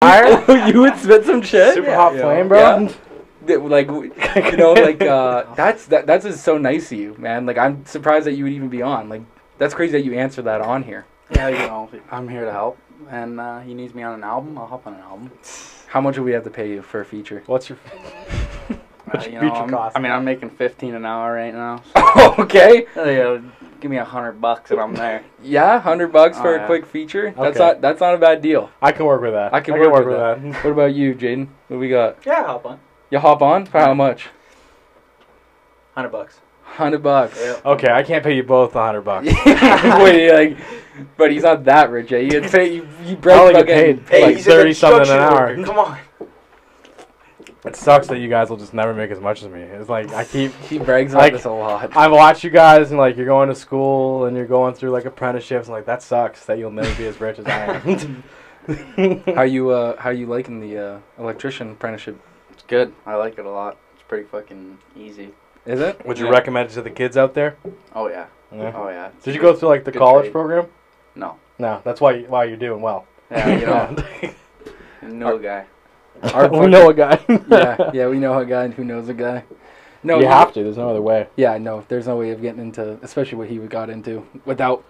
Oh, you would spit some shit. Super Yeah. hot yeah. flame, bro. Yeah. That- Like w- you know, like uh, that's that that's just so nice of you, man. Like I'm surprised that you would even be on. Like that's crazy that you answered that on here. Yeah, you know, I'm here to help. And uh, he needs me on an album. I'll help on an album. How much would we have to pay you for a feature? What's your? Uh, What's you your know, feature I'm- cost? I mean, I'm making 15 an hour right now. okay. So, you know, give me a hundred bucks and I'm there. Yeah, hundred bucks for Oh, a yeah. quick feature. That's Uh, Okay. not that's not a bad deal. I can work with that. I can work, with, that. What about you, Jaden? What we got? Yeah, hop on. You hop on for how much? Hundred bucks. Hundred bucks. Yeah. Okay, I can't pay you both a hundred bucks. Wait, like, but he's not that rich. Eh? You get paid. You, you I broke only get fucking. paid Hey, like he's a thirty something an construction hour. worker. Come on. It sucks that you guys will just never make as much as me. It's like I keep He brags on Like- this a lot. I watch you guys and like you're going to school and you're going through like apprenticeships and like that sucks that you'll never be as rich as I am. How you uh how you liking the uh, electrician apprenticeship? It's good. I like it a lot. It's pretty fucking easy. Is it? Would you Yeah. recommend it to the kids out there? Oh yeah. Uh, Oh yeah. Did you go through like the Good college trade. program? No. No, that's why why you're doing well. Yeah, you know, no guy. Our we know a guy. yeah, yeah. We know a guy who knows a guy. No, you have to. There's no other way. Yeah, no. There's no way of getting into, especially what he got into, without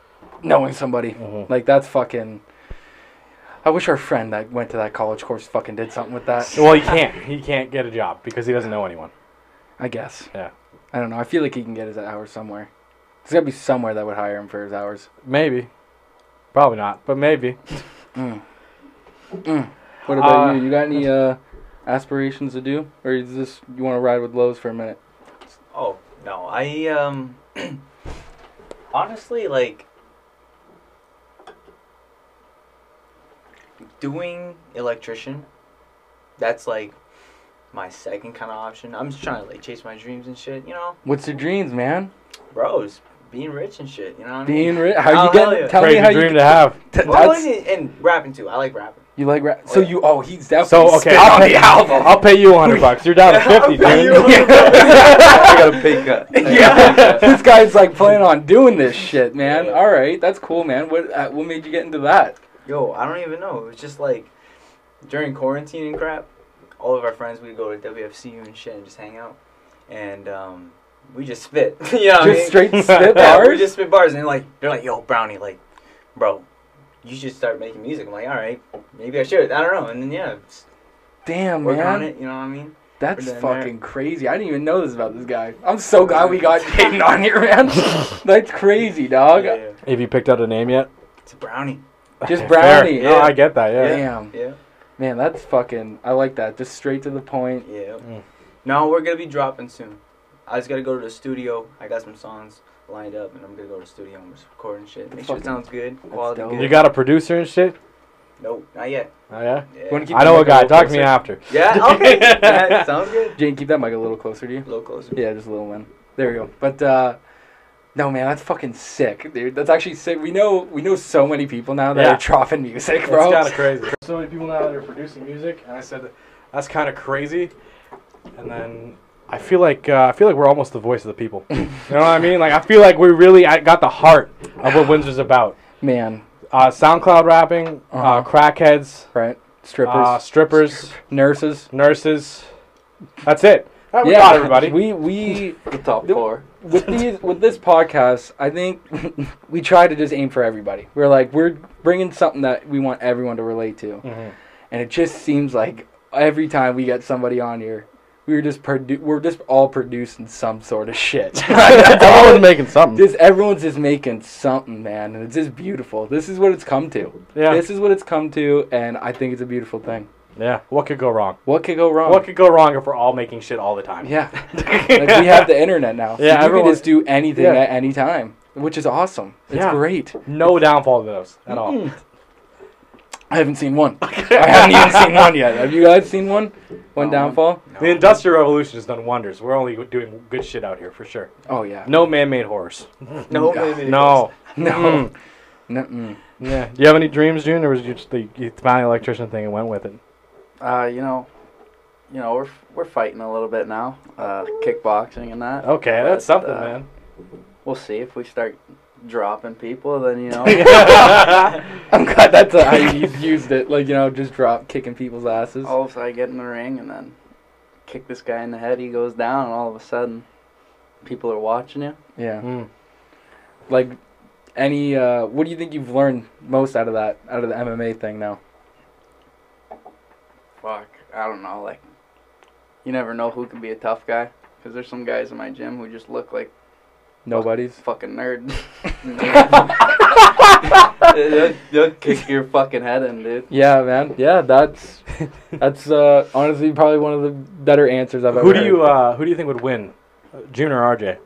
knowing somebody. Mhm. Like that's fucking. I wish our friend that went to that college course fucking did something with that. Well, he can't. He can't get a job because he doesn't know anyone. I guess. Yeah. I don't know. I feel like he can get his hours somewhere. There's gotta be somewhere that would hire him for his hours. Maybe. Probably not, but maybe. Mm. Mm. What about Uh, you? You got any uh, aspirations to do, or is this you want to ride with Lowe's for a minute? Oh no, I um. honestly, like doing electrician. That's like my second kind of option. I'm just trying to like chase my dreams and shit. You know, What's your dreams, man? bros, being rich and shit. You know what I mean? Being rich? How Oh, you hell getting? yeah. Tell Crazy me how dream you. to have. t- Well, I that's- like it- and rapping too. I like rapping. you like rap? So you? Oh, he's definitely. So okay, spit on I'll the pay, album. I'll pay you 100 bucks. You're down to 50, I'll pay dude. you I got a pay cut. yeah, this guy's like planning on doing this shit, man. Yeah. All right, that's cool, man. What uh, what made you get into that? Yo, I don't even know. It was just like during quarantine and crap, all of our friends we'd go to WFCU and shit and just hang out. And um, we just spit. you know what I mean? Just straight spit yeah, bars. We just spit bars and like they're like, yo, Brownie, like, bro, you should start making music. I'm like, alright, maybe I should. I don't know. And then yeah, just Damn, working on Oh, man, it, you know what I mean? that's We're doing fucking crazy. I didn't even know this about this guy. I'm so glad we got Jaden on here, man. that's crazy, dog. Yeah, yeah. Have you picked out a name yet? It's a brownie. Just Fair. brownie. No, I get that. Yeah. Damn, Yeah. man, that's fucking. I like that. Just straight to the point. Yeah. Mm. No, we're gonna be dropping soon. I just gotta go to the studio. I got some songs lined up, and I'm gonna go to the studio and just record and shit. Make sure it sounds good, quality dope. good. You got a producer and shit? nope, not yet. Oh yeah. Wanna Yeah, keep I know the a guy. microphone Talk to me closer? after. yeah okay. yeah, sounds good. Jane, keep that mic a little closer to you. A little closer. Yeah, just a little one. There we go. But uh no man, that's fucking sick, dude. That's actually sick. We know we know so many people now that Yeah. are dropping music, bro. That's kind of crazy. So many people now that are producing music, and I said, that's kind of crazy. And then I feel like uh, I feel like we're almost the voice of the people. you know what I mean? Like I feel like we really I got the heart of what Windsor's about. man, Uh, SoundCloud rapping, uh Uh-huh. crackheads, right? Strippers, Uh, strippers, nurses. nurses. That's it. That we got everybody. We we The top Yep. four. with these with this podcast, I think we try to just aim for everybody. We're like we're bringing something that we want everyone to relate to, Mhm. and it just seems like every time we get somebody on here, we're just produ- we're just all producing some sort of shit. Everyone's making something. This everyone's just making something, man, and it's just beautiful. This is what it's come to. Yeah. This is what it's come to, and I think it's a beautiful thing. Yeah. What could go wrong? What could go wrong? What could go wrong if we're all making shit all the time? Oh. yeah. like we have the internet now. so Yeah, you everyone- can just do anything Yeah. at any time, which is awesome. It's Yeah. great. No downfall to those at all. I haven't seen one. I haven't even seen one yet. Have you guys seen one? One No. downfall? No. The Industrial Revolution has done wonders. We're only doing good shit out here for sure. Oh yeah. No man-made horrors. Mm, No, God, baby. No. No. Mm. No. mm. Yeah. Do you have any dreams, June, or was you just the you found the electrician thing and went with it? Uh, you know, you know, we're we're fighting a little bit now. Uh, kickboxing and that. Okay, But, that's something, uh, man. We'll see if we start dropping people, then you know. I'm glad that's how you used it. Like you know, just drop kicking people's asses. Oh. all of a sudden, Oh, I get in the ring and then kick this guy in the head. He goes down, and all of a sudden, people are watching you. Yeah. Mm. Like any. Uh, what do you think you've learned most out of that? Out of the MMA thing now? Fuck, I don't know. Like, you never know who can be a tough guy. Cause there's some guys in my gym who just look like Nobody's. fucking nerds. they'll, they'll kick your fucking head in, dude. Yeah, man. Yeah, that's that's uh, honestly probably one of the better answers I've ever. Who do you uh, who do you think would win, Uh, June or RJ?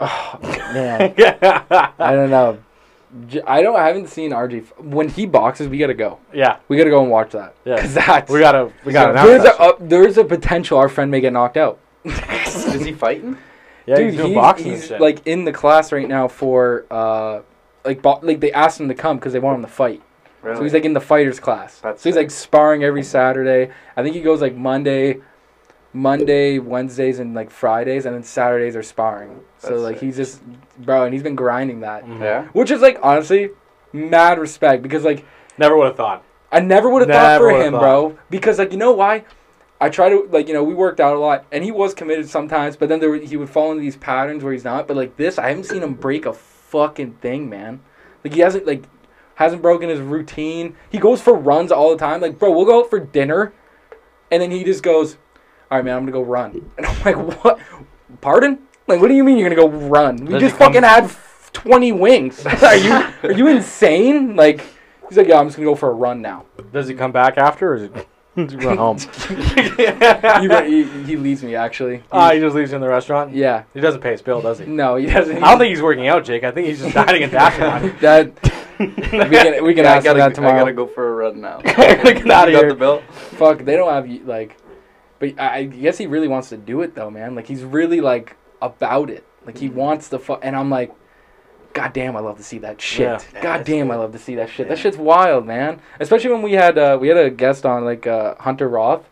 heard. man? I don't know. J- I don't. I haven't seen RG. f- When he boxes, we gotta go. yeah, We gotta go and watch that. Yeah. 'Cause that's- we gotta we gotta announce There's that. a uh, there's a potential our friend may get knocked out. Is he fighting? shit. Yeah, Dude, he's doing he's- boxing and he's, shit. like in the class right now for uh, like bo- like they asked him to come because they want him to fight. So he's like in the fighters class. That's so he's sick. like sparring every Saturday. I think he goes like Monday, Monday, Wednesdays, and like Fridays, and then Saturdays are sparring. so That's like sick. he's just bro, and he's been grinding that, Mhm. yeah. which is like honestly, mad respect because like never would have thought. I never would have thought Never for would've him, thought. bro. Because like you know why? I try to like you know we worked out a lot, and he was committed sometimes, but then there were, he would fall into these patterns where he's not. But like this, I haven't seen him break a fucking thing, man. Like he hasn't like hasn't broken his routine. He goes for runs all the time. Like bro, we'll go out for dinner, and then he just goes, "All right, man, I'm gonna go run." And I'm like, "What? Pardon? Like what do you mean you're gonna go run? We Does just he come- fucking had f- 20 wings. are you are you insane? Like." He's like, yeah, I'm just gonna go for a run now. Does he come back after, or is it? Does he run home? he, Ah, he, he leaves me actually. He- he just leaves you in the restaurant. yeah. He doesn't pay his bill, does he? No, he doesn't. I don't think he's working out, Jake. I think he's just dining at the afternoon. that we can we can Yeah, I ask him that gotta, I gotta tomorrow. go for a run now. Get out You of got here. the belt? Fuck, they don't have like, but I, I guess he really wants to do it though, man. Like he's really like about it. Like he wants the fuck, and I'm like, God damn, I love to see that shit. Yeah. Yeah, God that's damn, cool. I love to see that shit. That Yeah. shit's wild, man. Especially when we had uh, we had a guest on like uh, Hunter Roth,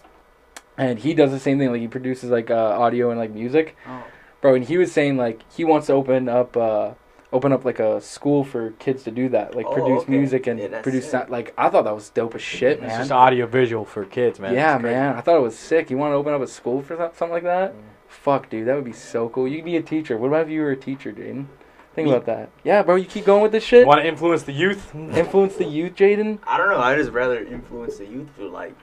and he does the same thing. Like he produces like uh, audio and like music. Oh. bro and he was saying like he wants to open up uh open up like a school for kids to do that like Oh, produce okay. music and Yeah, that's produce sick. that like i thought that was dope as shit It's man just audio visual for kids, man. yeah It's crazy. man i thought it was sick you want to open up a school for that, something like that Mm. fuck dude that would be so cool you could be a teacher what about if you were a teacher jaden think Me? about that yeah bro you keep going with this shit Want to influence the youth? influence the youth jaden I don't know. I just rather influence the youth through like.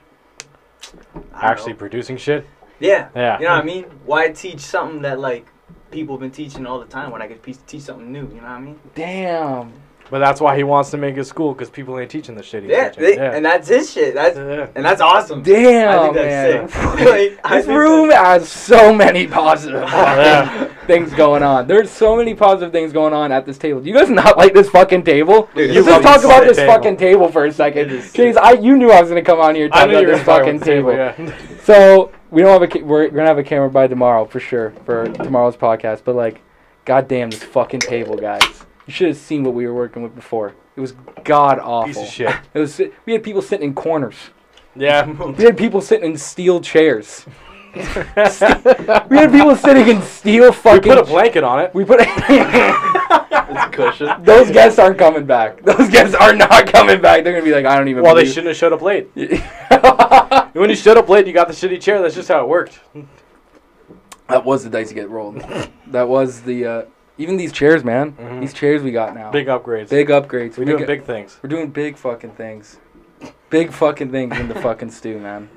I don't Actually know. producing shit. Yeah. Yeah. You know what I mean? Why teach something that like people been teaching all the time when I could pe- teach something new? You know what I mean? damn But that's why he wants to make his school because people ain't teaching the shit he's Yeah, teaching. they- and that's his shit. That's yeah. and that's awesome. damn I think that's man. sick. Like, I this think room has so many positive Oh, Yeah. things going on. There's so many positive things going on at this table. Do you guys not like this fucking table? Let's Dude, you just love talk this about fucking this table. fucking table for a second. It is- Jeez, I you knew I was gonna come on here and I talk knew about you were this talking about fucking the table. table. Yeah. So we don't have a ca- we're gonna have a camera by tomorrow for sure for tomorrow's podcast. But like, goddamn this fucking table, guys. You should have seen what we were working with before. It was god awful. Piece of shit. It was. We had people sitting in corners. Yeah. We had people sitting in steel chairs. We had people sitting in steel we fucking. put a blanket on it. We put It's a cushion. those guests aren't coming back. Those guests are not coming back. They're gonna be like, I don't even. Well, they believe- shouldn't have showed up late. that When you showed up late, you got the shitty chair. That's just how it worked. was the dice to get rolled. That was the uh, even these chairs, man. Mhm. These chairs we got now. Big upgrades. Oh. Big upgrades. We're Big- doing big things. We're doing big fucking things. Big fucking things in the fucking stew, man.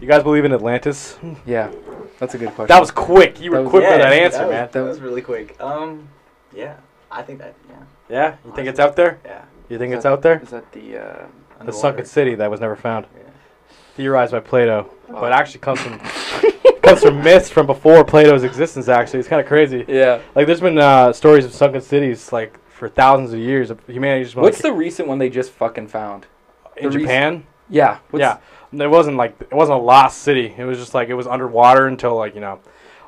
You guys believe in Atlantis? Yeah, that's a good question. That was quick. You That were was- quick Yeah, for that that answer, was- man. That was really quick. Um, yeah, I think that. Yeah, Yeah. You think it's out there? yeah. You think it's out there? Is that the? Uh, The Underwater. sunken city that was never found. Yeah. Theorized by Plato, but Wow. actually comes from comes from myths from before Plato's existence. Actually, it's kind of crazy. yeah. Like there's been uh, stories of sunken cities like for thousands of years. of Humanity just went, What's like, the recent one they just fucking found? in the reason- Japan? Yeah. What's, yeah, it wasn't like it wasn't a lost city. It was just like it was underwater until like you know,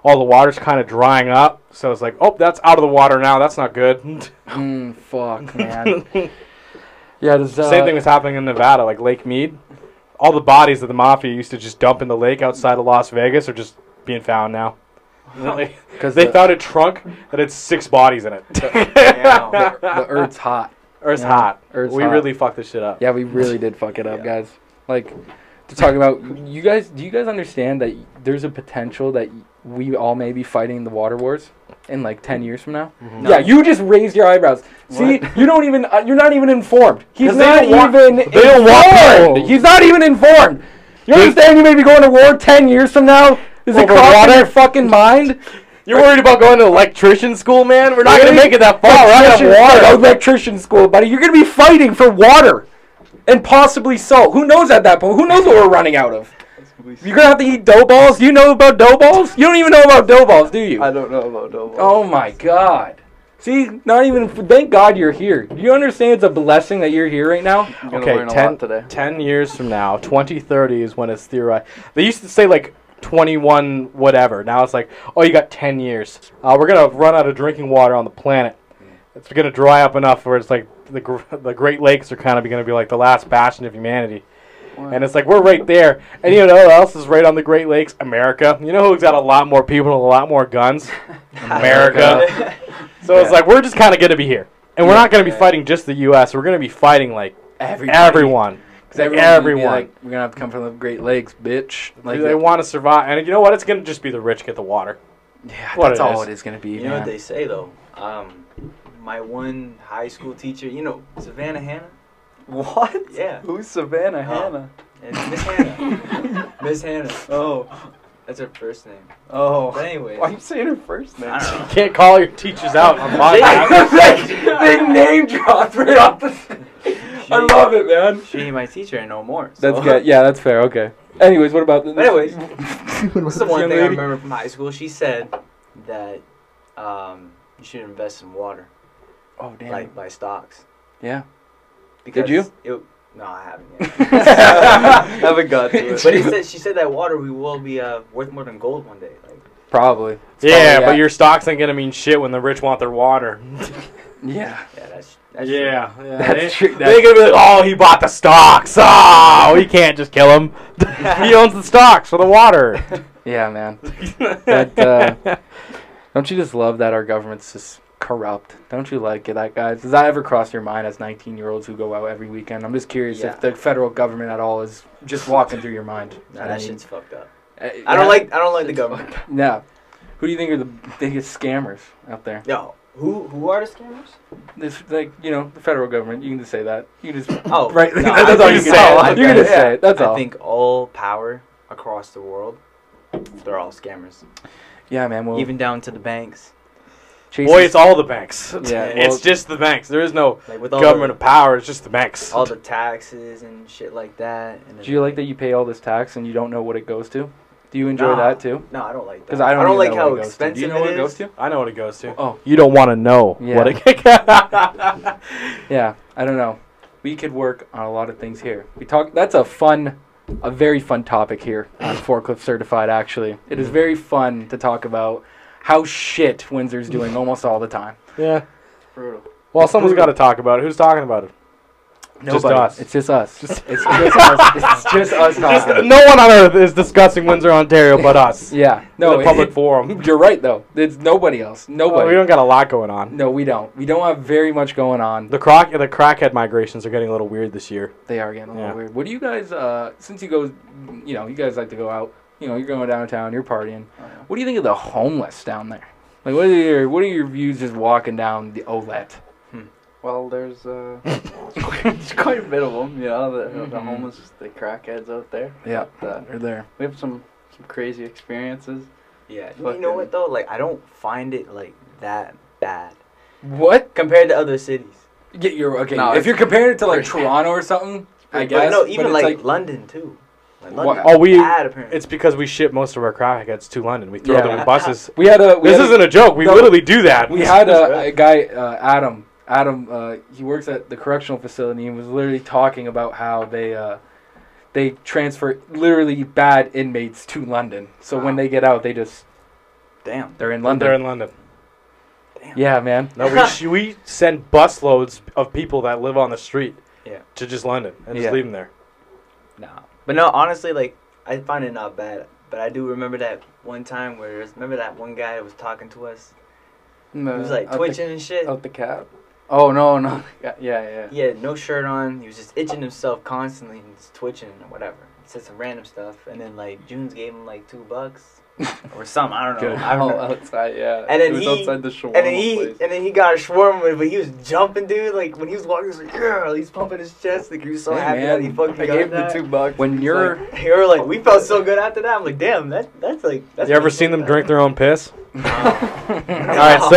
all the water's kind of drying up. So it's like oh that's out of the water now. That's not good. Mm, fuck, man. yeah. There's, uh, Same thing was happening in Nevada, like Lake Mead. All the bodies that the mafia used to just dump in the lake outside of Las Vegas are just being found now. because they the, found a trunk that had six bodies in it. Damn. the Earth's hot. Earth's Yeah, hot. Earth's we hot. really fucked this shit up. Yeah, we really did fuck it up, Yeah. guys. Like to talk about you guys. Do you guys understand that there's a potential that we all may be fighting the water wars in like ten years from now? Mm-hmm. No. Yeah, you just raised your eyebrows. See, you don't even. Uh, you're not even informed. He's 'Cause they not don't want- even. they don't want informed. people. He's not even informed. You They- understand? You may be going to war ten years from now. Is it Over crossing water? your fucking mind? You're worried about going to electrician school, man? We're not Really? gonna make it that far. We're not Electrician- gonna have water. Electrician school, buddy. You're gonna be fighting for water, and possibly salt. Who knows at that point? Who knows what we're running out of? You're gonna have to eat dough balls. Do you know about dough balls? You don't even know about dough balls, do you? I don't know about Dobo. oh my god. See, not even. Thank God you're here. Do you understand it's a blessing that you're here right now? I'm gonna Okay, learn a 10, lot today. 10 years from now, 2030 is when it's theorized. They used to say like 21 whatever. Now it's like, oh, you got 10 years. Uh, we're going to run out of drinking water on the planet. It's going to dry up enough where it's like the, gr- the Great Lakes are kind of going to be like the last bastion of humanity. And it's like, we're right there. And you know who else is right on the Great Lakes? America. You know who's got a lot more people and a lot more guns? America. So it's Yeah. like, we're just kind of going to be here. And we're not going to be Yeah. fighting just the U.S., we're going to be fighting like Everybody. everyone. 'Cause everyone's gonna be like, we're gonna have to come from the Great Lakes, bitch. Like, Like they want to survive, and you know what? It's gonna just be the rich get the water. yeah, what that's it all is. it is gonna be. You know what man. they say though. Um, my one high school teacher, you know, Savannah Hannah. What? Yeah, Who's Savannah Oh. Hannah? it's Miss Hannah. Miss Hannah. Oh, That's her first name. oh. But anyways, Why are you saying her first name? I don't You know. can't call your teachers out on podcast. they name dropped right off the. I love it, man. She ain't my teacher and no more. So. That's good. Yeah, that's fair. Okay. Anyways, what about the? But anyways, What This is the about one young thing I lady? remember from high school. She said that um, you should invest in water, Oh damn. like buy stocks. yeah. Because you? It, no, I haven't yet. Haven't got to it. but he said, she said that water we will be uh, worth more than gold one day. Like, Probably. yeah, probably but that. your stocks ain't gonna mean shit when the rich want their water. Yeah. yeah, that's yeah, that's That's they, true, that's- They're gonna be like, oh, he bought the stocks. Oh, we can't just kill him. he owns the stocks for the water. Yeah, man. That, uh, Don't you just love that our government's just corrupt? Don't you like it, that guys? Does that ever cross your mind as 19-year-olds who go out every weekend? I'm just curious Yeah. if the federal government at all is just walking through your mind. eh, Nah, that shit's fucked up. I, I don't like I don't like the government. No. Who do you think are the biggest scammers out there? No, who who are the scammers? This like you know the federal government. You can just say that. You can just Oh, right. no, I that's all you think- can oh, say. okay, You can just yeah. say it. That's I all. think all power across the world, they're all scammers. yeah, man. Well, Even down to the banks. Chase's- Boy, it's all the banks. Yeah, well- it's just the banks. There is no Like with all government the, of power. It's just the banks. all the taxes and shit like that. And Do you like that you pay all this tax and you don't know what it goes to? Do you enjoy Nah. that too? No, I don't like that. Because I don't. even like know how what it goes to. expensive Do you know what it it goes is. to? I know what it goes to. Oh, You don't want to know Yeah. what it. yeah. I don't know. We could work on a lot of things here. We talk. That's a fun, a very fun topic here on Forklift Certified. Actually, it is very fun to talk about how shit Windsor's doing almost all the time. yeah. Brutal. Well, someone's got to talk about it. Who's talking about it? Just Nobody. us. It's just us. it's just us. It's just us talking. no one on earth is discussing Windsor, Ontario, but us. Yeah. No. the it- public it- forum. Oh, you're right though. It's nobody else. Nobody. Well, we don't got a lot going on. no, we don't. We don't have very much going on. The croc, the crackhead migrations are getting a little weird this year. They are getting a little Yeah. weird. What do you guys? Uh, since you go, you know, you guys like to go out. You know, you're going downtown. You're partying. What do you think of the homeless down there? Like, what are your what are your views just walking down the Olet? Well, there's uh, it's quite a bit of them, you know, the, the Mhm. homeless, the crackheads out there. Yeah, Uh, they're there. we have some some crazy experiences. Yeah. You Fucking- know what though? Like I don't find it like that bad What? compared to other cities. Yeah, you're okay. No, if it's you're comparing it to like pretty- Toronto or something, I But guess. no, but even it's like, London too. Like Wha- London's oh, we- bad apparently. It's because we ship most of our crackheads to London. We throw Yeah. them in buses. we had a. We this had a- isn't a joke. We No. literally do that. We had a, a guy, uh, Adam. Adam, uh, he works at the correctional facility and was literally talking about how they uh, they transfer literally bad inmates to London. So when Wow. they get out, they just damn. they're in They're London. in London. yeah, man. No, we sh- we send busloads of people that live on the street. Yeah. To just London and just Yeah. leave them there. Nah. But no, honestly, like I find it not bad But I do remember that one time where there's- remember that one guy that was talking to us. No, He Uh, was like out the- twitching and shit. out the cab. Oh no, no, yeah, yeah. He had no shirt on. He was just itching himself constantly and just twitching and whatever. He said some random stuff, and then like Junes gave him like two bucks or something. I don't know. Good. I don't All know. outside, yeah. And then it was he- outside the shawarma And then he place. and then he got a shawarma, but he was jumping, dude. Like when he was walking, he was like, "Yeah," he's pumping his chest. Like he was so Hey, happy that he man. fucking I got gave him the that. two bucks. When He's you're like, They were like, we felt so good after that. I'm like, damn, that that's like. That's You ever pretty seen cool, them man." drink their own piss? All that right,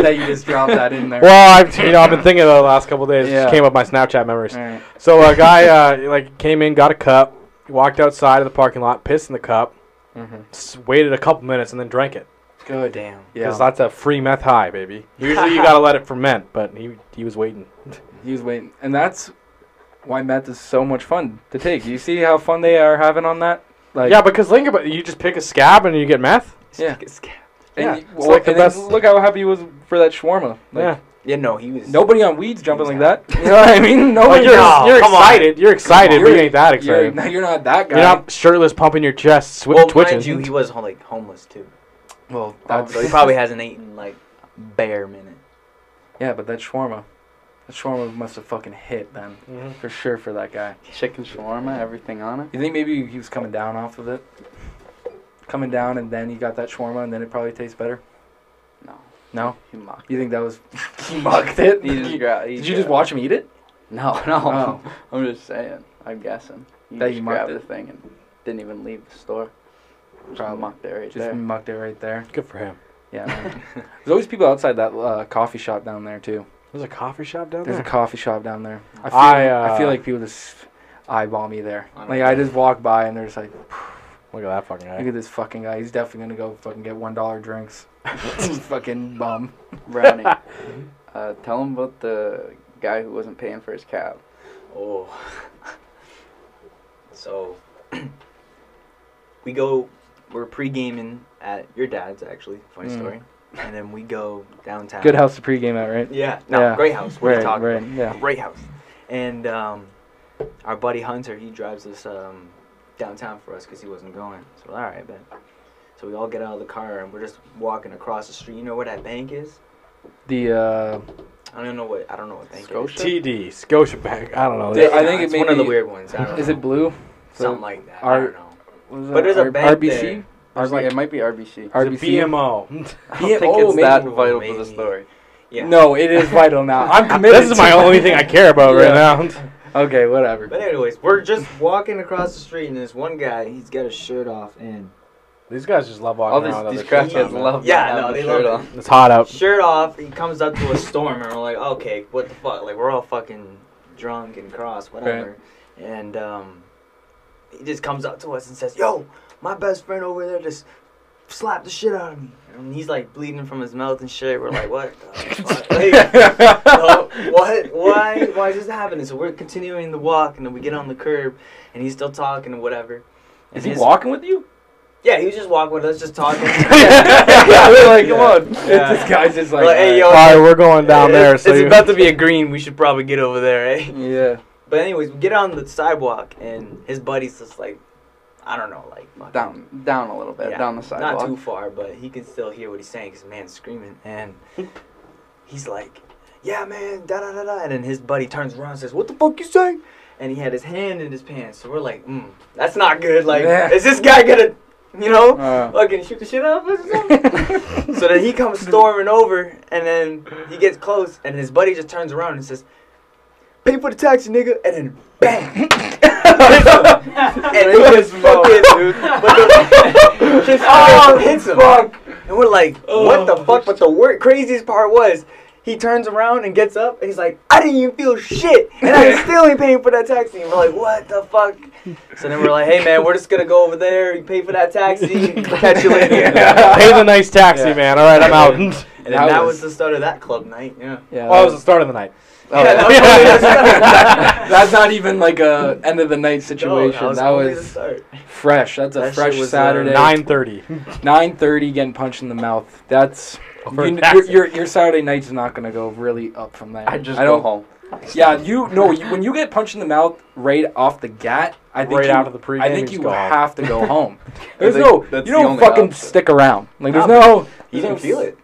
so uh, you just dropped that in there. well, I've you know I've been thinking of the last couple days. It Yeah. Just came up my Snapchat memories. Alright. So a guy uh, like came in, got a cup, walked outside of the parking lot, pissed in the cup, Mhm. s- waited a couple minutes, and then drank it. Good. Damn. Yeah. Because that's a free meth high, baby. Usually you gotta let it ferment, but he he was waiting. He was waiting, and that's why meth is so much fun to take. You see how fun they are having on that? Like, yeah, because think about you just pick a scab and you get meth. Yeah. and yeah, you- it's well, like the and then best- Look how happy he was for that shawarma. Like, yeah, Yeah, no, he was. Nobody on weeds jumping like that. You know what I mean? Like, Nobody. you're, no, you're come on. excited. You're excited, but you You're- ain't that you're, excited. no, you're not that guy. You're not shirtless, pumping your chest, swi- Well, twitching. mind you, he was like homeless too, well, so he probably hasn't eaten in, like a bare minute. yeah, but that shawarma, that shawarma must have fucking hit then Mhm. for sure for that guy. Chicken shawarma, everything on it. You think maybe he was coming down off of it, coming down, and then he got that shawarma, and then it probably tastes better. No, No, he mocked. you think that was he mucked it? He just grabbed. Did you just watch him eat it? No, no. Oh. I'm just saying. I'm guessing. He That just you mocked grabbed the it? thing and didn't even leave the store. Just Probably. mocked it right Just there. mucked it right there. Good for him. Yeah. man. There's always people outside that uh, coffee shop down there too. There's a coffee shop down There's a there. coffee shop down there. I feel, Oh, I, I, uh, feel like people just eyeball me there. I don't Like I know. just walk by and they're just like, Look at that fucking look guy. at this fucking guy. He's definitely gonna go fucking get one dollar drinks. fucking bum. Brownie, uh, tell him about the guy who wasn't paying for his cab. Oh. so we go we're pre gaming at your dad's actually, funny Mm. story. And then we go downtown. Good house to pregame at, right? Yeah. No, Yeah. great house. We're Right, talking right, yeah. great house. And um our buddy Hunter, he drives us um downtown for us because he wasn't going. So all right, then. So we all get out of the car and we're just walking across the street. You know where that bank is? The uh, I don't even know what I don't know what bank Scotia? it is. TD Scotiabank. I don't know. They- It's I not- think it it's may one of the be- weird ones. I don't is know. it blue? Something like that. I our- don't know. What is But that? there's a bank RBC. there. There's There's like- it might be RBC. I Our- It's a RBC? BMO. don't think oh, it's that maybe. vital to the Maybe. story. Yeah. No, it is vital now. I'm committed. this is my to only thing I care about Yeah. right now. Okay, whatever. But anyways, we're just walking across the street, and this one guy, he's got his shirt off, and These guys just love walking All around. these these with crackheads their shirts on, man. love Yeah, not no, having they a shirt love on. It's hot out. shirt off, he comes up to a storm, and we're like, okay, what the fuck? Like we're all fucking drunk and cross, whatever. And um, he just comes up to us and says, "Yo, my best friend over there just slapped the shit out of me." And he's like bleeding from his mouth and shit. We're like, "What? The fuck? Like, no, what? Why? Why is this happening? So we're continuing the walk, and then we get on the curb, and he's still talking and whatever. And Is he his- walking with you? Yeah, he was just walking with us, just talking. yeah, we're like, come Yeah. on. Yeah. This guy's just like, Like, hey, yo. All right, we're going down there. It's, So it's you- about to be a green. We should probably get over there, eh? Yeah. But anyways, we get on the sidewalk, and his buddy's just like, I don't know, like fucking- Down, down a little bit, Yeah, down the sidewalk. Not too far, but he can still hear what he's saying because man's screaming, and he's like, "Yeah, man, da da da da," and then his buddy turns around and says, "What the fuck you saying?" And he had his hand in his pants, so we're like, mm, "That's not good. Like, Yeah. is this guy gonna, you know, Uh. fucking shoot the shit out of us?" or something?" so then he comes storming over, and then he gets close, and his buddy just turns around and says, "Pay for the taxi, nigga," and then bang. and he was fucking, dude. But the, just oh, hits him. Oh. And we're like, what the fuck? But the wor- craziest part was, he turns around and gets up, and he's like, I didn't even feel shit, and I was still ain't paying for that taxi. And we're like, what the fuck? So then we're like, hey man, we're just gonna go over there. You pay for that taxi. Catch you later. Pay the nice taxi, Yeah. man. All right, I'm out. And then That that, was- was, the start of that club night. Yeah. Yeah. well, it was the start of the night. Oh, Yeah, that was only the yeah. start. That's not even like a end of the night No, situation. that only the was, start. fresh. That's a That shit fresh was, uh, Saturday. Nine thirty. Nine thirty, getting punched in the mouth. That's Oh, For you, a your, taxi. your your Saturday night's not gonna go really up from there. I just I go don't. home. Yeah, you no. You, when you get punched in the mouth right off the gat, I think Right you, out of the pregame, I think he's you gone. have to go home. There's think no, that's you the don't only fucking option. stick around. Like there's No, no, He there's didn't no- feel it.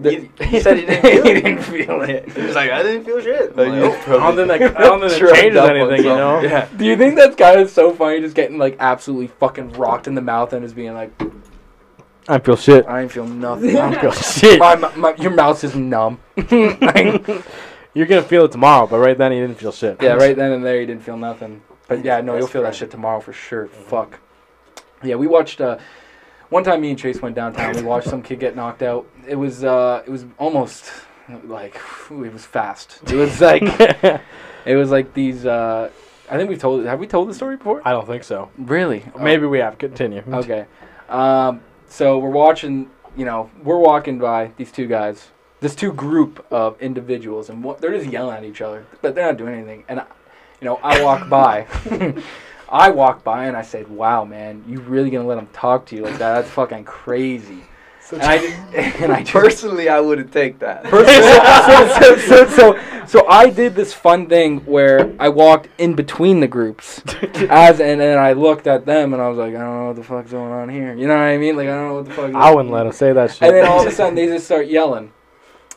the- He, he said he didn't feel He it. didn't feel it. He was like, I didn't feel shit. Like, I'm you like, just "Oh." I don't think that, I don't think that Sure, changes that one's anything, you up. know? Yeah. Do you think that's kind of so funny? Just getting like absolutely fucking rocked in the mouth and just being like, I feel shit. I ain't feel nothing. I feel I'm- shit. my, my, my- your mouth is numb. Like, You're gonna feel it tomorrow, but right then you didn't feel shit. yeah, right then and there you didn't feel nothing. But yeah, no, That's you'll feel that right. shit tomorrow for sure. Fuck. Yeah, we watched. Uh, one time, me and Chase went downtown. We watched some kid get knocked out. It was uh, it was almost like it was fast. It was like it was like these. Uh, I think we told. Have we told the story before? I don't think so. Really? Maybe we have. Continue. Okay. Um, so we're watching, you know, we're walking by these two guys, this two group of individuals, and what, they're just yelling at each other, but they're not doing anything. And, I, you know, I walk by. I walk by and I said, wow, man, you really going to let them talk to you like that? That's fucking crazy. And I, and I just Personally, I wouldn't take that. so, so, so, so, so, so I did this fun thing where I walked in between the groups, as and then I looked at them and I was like, I don't know what the fuck's going on here. You know what I mean? Like I don't know what the fuck. I wouldn't let him say that shit. And then all of a sudden they just start yelling.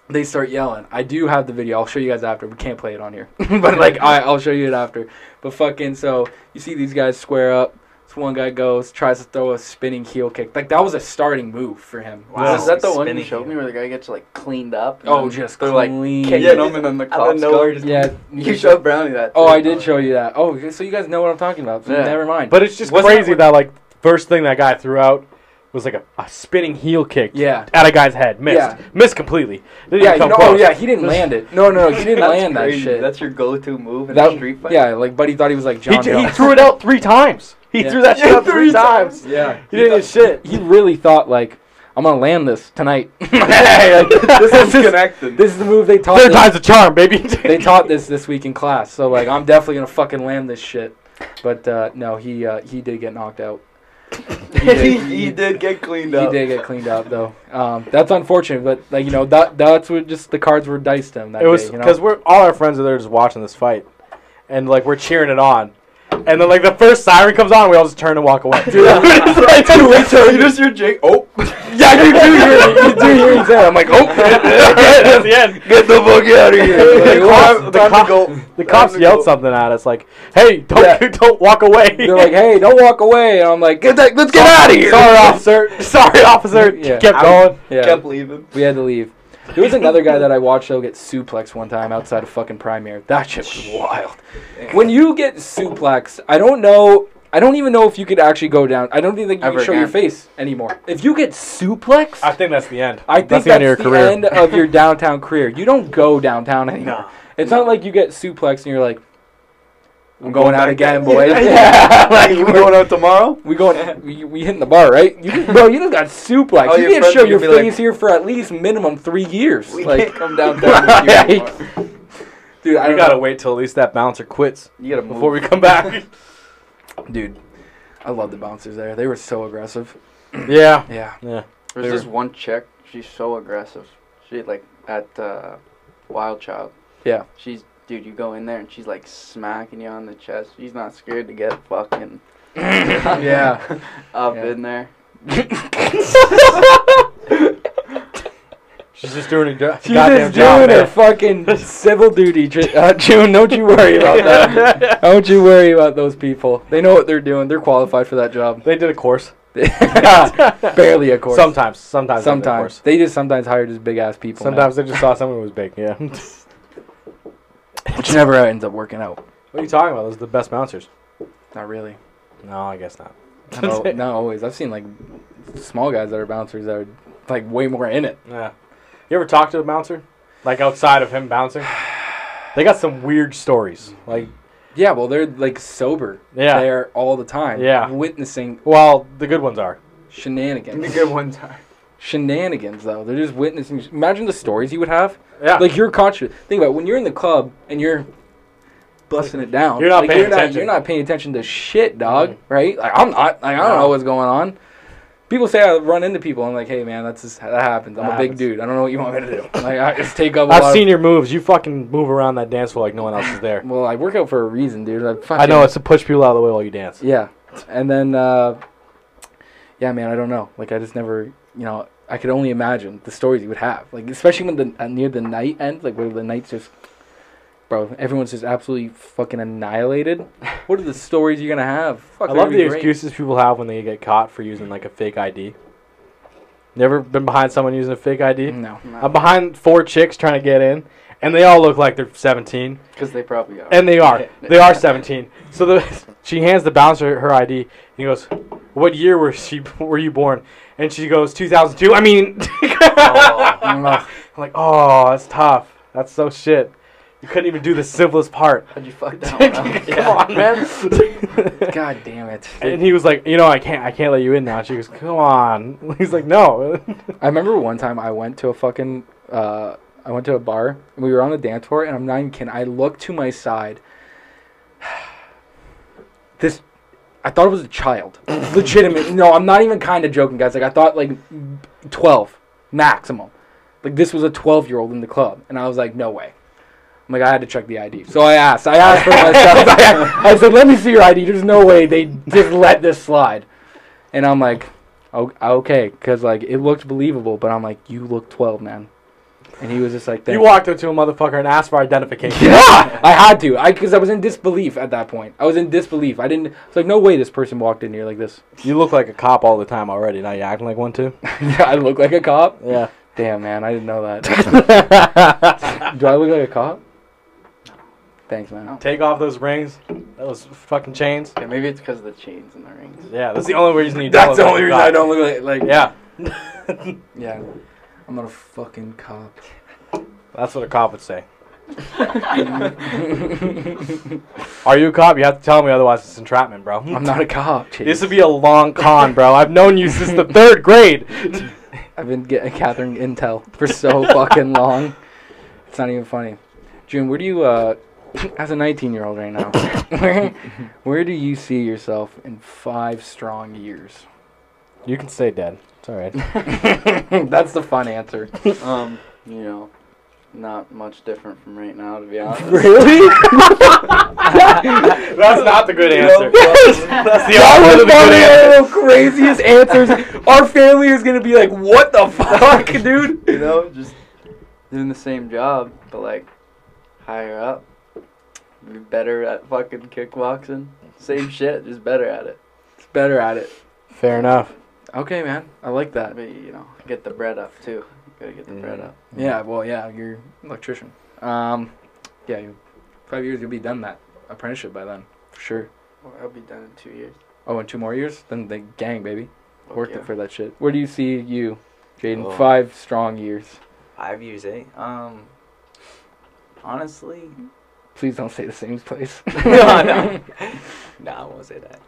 They start yelling. I do have the video. I'll show you guys after. We can't play it on here, but like I, I'll show you it after. But fucking so you see these guys square up. This one guy goes tries to throw a spinning heel kick. Like that was a starting move for him. Wow. Is that the one? You showed me where the guy gets like cleaned up. and Oh, then just they're like clean. kicking Yeah, him, and then the out of cops nowhere, go. just- Yeah, You showed Brownie that. Oh, too. I did show you that. Oh, okay, so you guys know what I'm talking about. So Yeah. Never mind. but it's just Wasn't that crazy what- that, like first thing that guy threw out was like a, a spinning heel kick yeah, at a guy's head, missed, Yeah. missed completely. Didn't yeah, even come no, oh close. yeah, he didn't land it. No, no, no he didn't That's land that crazy. shit. That's your go-to move in That- a street fight. yeah, like Buddy thought he was like He, John ju- he Jones. threw it out three times. He Yeah. threw that shit Yeah, out three three times. yeah, He didn't get shit. he really thought like I'm gonna land this tonight. this is this, is, connected. this is the move they taught. Third This, time's a charm, baby. they taught this this week in class. So like I'm definitely gonna fucking land this shit. But uh, no, he uh, he did get knocked out. he, did, he did get cleaned He up. did get cleaned up though. Um, that's unfortunate, but like you know that that's what just the cards were diced to him that It was day. You know? because we're all our friends are there just watching this fight, and like we're cheering it on, and then like the first siren comes on, we all just turn and walk away. It's like, Wait till you just your Jake. Oh, Yeah, you do hear, you do hear him say that. I'm like, oh, That's the end. get the fuck out The cops- of Like, time- the time to cop- go. The Time cops to yelled go. something at us like, "Hey, don't Yeah. don't walk away." they're like, hey, don't walk away. And I'm like, get that, let's get out of here. Sorry, officer. Sorry, officer. Yeah. Kept I- going. Yeah, Kept leaving. we had to leave. There was another guy that I watched though get suplexed one time outside of fucking Primary. That shit was wild. When you get suplexed, I don't know. I don't even know if you could actually go down. I don't even think you Ever can show your again. face anymore. If you get suplexed, I think that's the end. I think that's, the end of your the career. end of your downtown career. You don't go downtown anymore. No. It's not like you get suplexed and you're like, "I'm going, out again, boys." Yeah, Yeah, Like, like we going out tomorrow? we going, we, we hitting the bar, right? You, bro, you just got suplexed. All you your didn't show Oh, friends your are gonna be face here for at least minimum three years. We like, can't come down there. Right. dude, I We don't gotta know. Mm-hmm. wait till at least that bouncer quits You gotta move. before we come back. dude. I love the bouncers there. They were so aggressive. yeah. Yeah. Yeah. There's this one chick. She's so aggressive. She like at uh, Wild Child. Yeah. She's dude. You go in there and she's like smacking you on the chest. She's not scared to get fucking Yeah. up Yeah. in there. She's just doing her jo- She's goddamn just job. doing her man. fucking civil duty. Ju- Uh, June, don't you worry about that. Don't you worry about those people. They know what they're doing. They're qualified for that job. They did a course. Barely, of course. Sometimes. Sometimes. they did a Sometimes. course. They just sometimes hire just big ass people. man, Sometimes they just saw someone who was big. Yeah. which never ends up working out. what are you talking about? Those are the best bouncers. Not really. No, I guess not. No, not always. I've seen like small guys that are bouncers that are like way more in it. Yeah. You ever talk to a bouncer? Like outside of him bouncing? They got some weird stories. Like, Yeah, well, they're like sober. Yeah. They're all the time. Yeah. Witnessing well, the good ones are. Give me a shenanigans. good one time. shenanigans though. They're just witnessing. Imagine the stories you would have. Yeah. Like you're conscious. Think about it, when you're in the club and you're busting it down. You're not like, paying you're Not, attention. Mm. you're not paying attention to shit, dog. Right? Like I'm not. Like I don't No. know what's going on. People say I run into people. I'm like, hey man, that's just, that happens. I'm That a big happens. dude. I don't know what you want me to do. Like, I just take up. a lot I've of- seen your moves. You fucking move around that dance floor like no one else is there. well, I work out for a reason, dude. I, fucking, I know it's to push people out of the way while you dance. Yeah, and then uh, yeah, man, I don't know. Like I just never, you know, I could only imagine the stories you would have. Like especially when the uh, near the night end, like where the night's just, bro, everyone's just absolutely fucking annihilated. What are the stories you're gonna have? Fuck, I they're love gonna the be great. excuses people have when they get caught for using like a fake ID. Never been behind someone using a fake ID. No, I'm behind four chicks trying to get in, and they all look like they're 17, Because they probably are. and they are. They are 17. So the, she hands the bouncer her ID, and he goes, "What year were she? Were you born?" And she goes, "2002." I mean, Oh. I'm not- I'm like, "Oh, that's tough. That's so shit. You couldn't even do the simplest part." How'd you fuck that one Come up? on, man. God damn it! And he was like, you know, I can't, I can't let you in now. She goes, come on. He's like, no. I remember one time I went to a fucking uh, I went to a bar and we were on the dance floor and I'm not even kidding. I looked to my side. This I thought it was a child. Legitimate. No, I'm not even kind of joking, guys. Like I thought like 12 maximum. Like this was a 12 year old in the club and I was like, no way. I'm like I had to check the ID. So I asked. I asked for myself. I, I said, let me see your ID. There's no way they just let this slide. And I'm like, O- okay, because like it looked believable, but I'm like, you look 12, man. And he was just like, you "Thank walked up to a motherfucker and asked for identification. Yeah, I had to, I because I was in disbelief at that point. I was in disbelief. I didn't. It's like no way this person walked in here like this. You look like a cop all the time already. Now you acting like one too. yeah, I look like a cop. Yeah. Damn, man, I didn't know that. Do I look like a cop? Thanks, man. Take off those rings, those fucking chains. Yeah, maybe it's because of the chains and the rings. Yeah, that's the only reason you. That's don't the look only like reason a I don't look like like cop. Yeah, yeah. I'm not a fucking cop. that's what a cop would say. Are you a cop? You have to tell me, otherwise it's entrapment, bro. I'm not a cop. Chase. This would be a long con, bro. I've known you since the third grade. I've been getting gathering intel for so fucking long. It's not even funny. June, where do you, uh, as a 19 year old right now, where, where do you see yourself in five strong years? You can stay dead. It's all right. That's the fun answer. Um, you know, not much different from right now, to be honest. Really? That's not the good answer. That's the That opposite was of the one good answer. of the craziest answers. Our family is gonna be like, "What the fuck, dude?" you know, just doing the same job, but like higher up. Be better at fucking kickboxing. Same shit, just better at it. It's better at it. Fair enough. Okay, man. I like I that. mean, you know, get the bread up too. You gotta get the bread up. Yeah. Well, yeah. You're an electrician. Um, yeah. You, five years, you'll be done that apprenticeship by then, for sure. Or I'll be done in two years. Oh, in two more years? Then the gang, baby. Fuck Worked yeah. it for that shit. Where do you see you, Jaden? Oh. Five strong years. Five years, eh? Um, honestly, Please don't say the same place. no, no, no, I won't say that.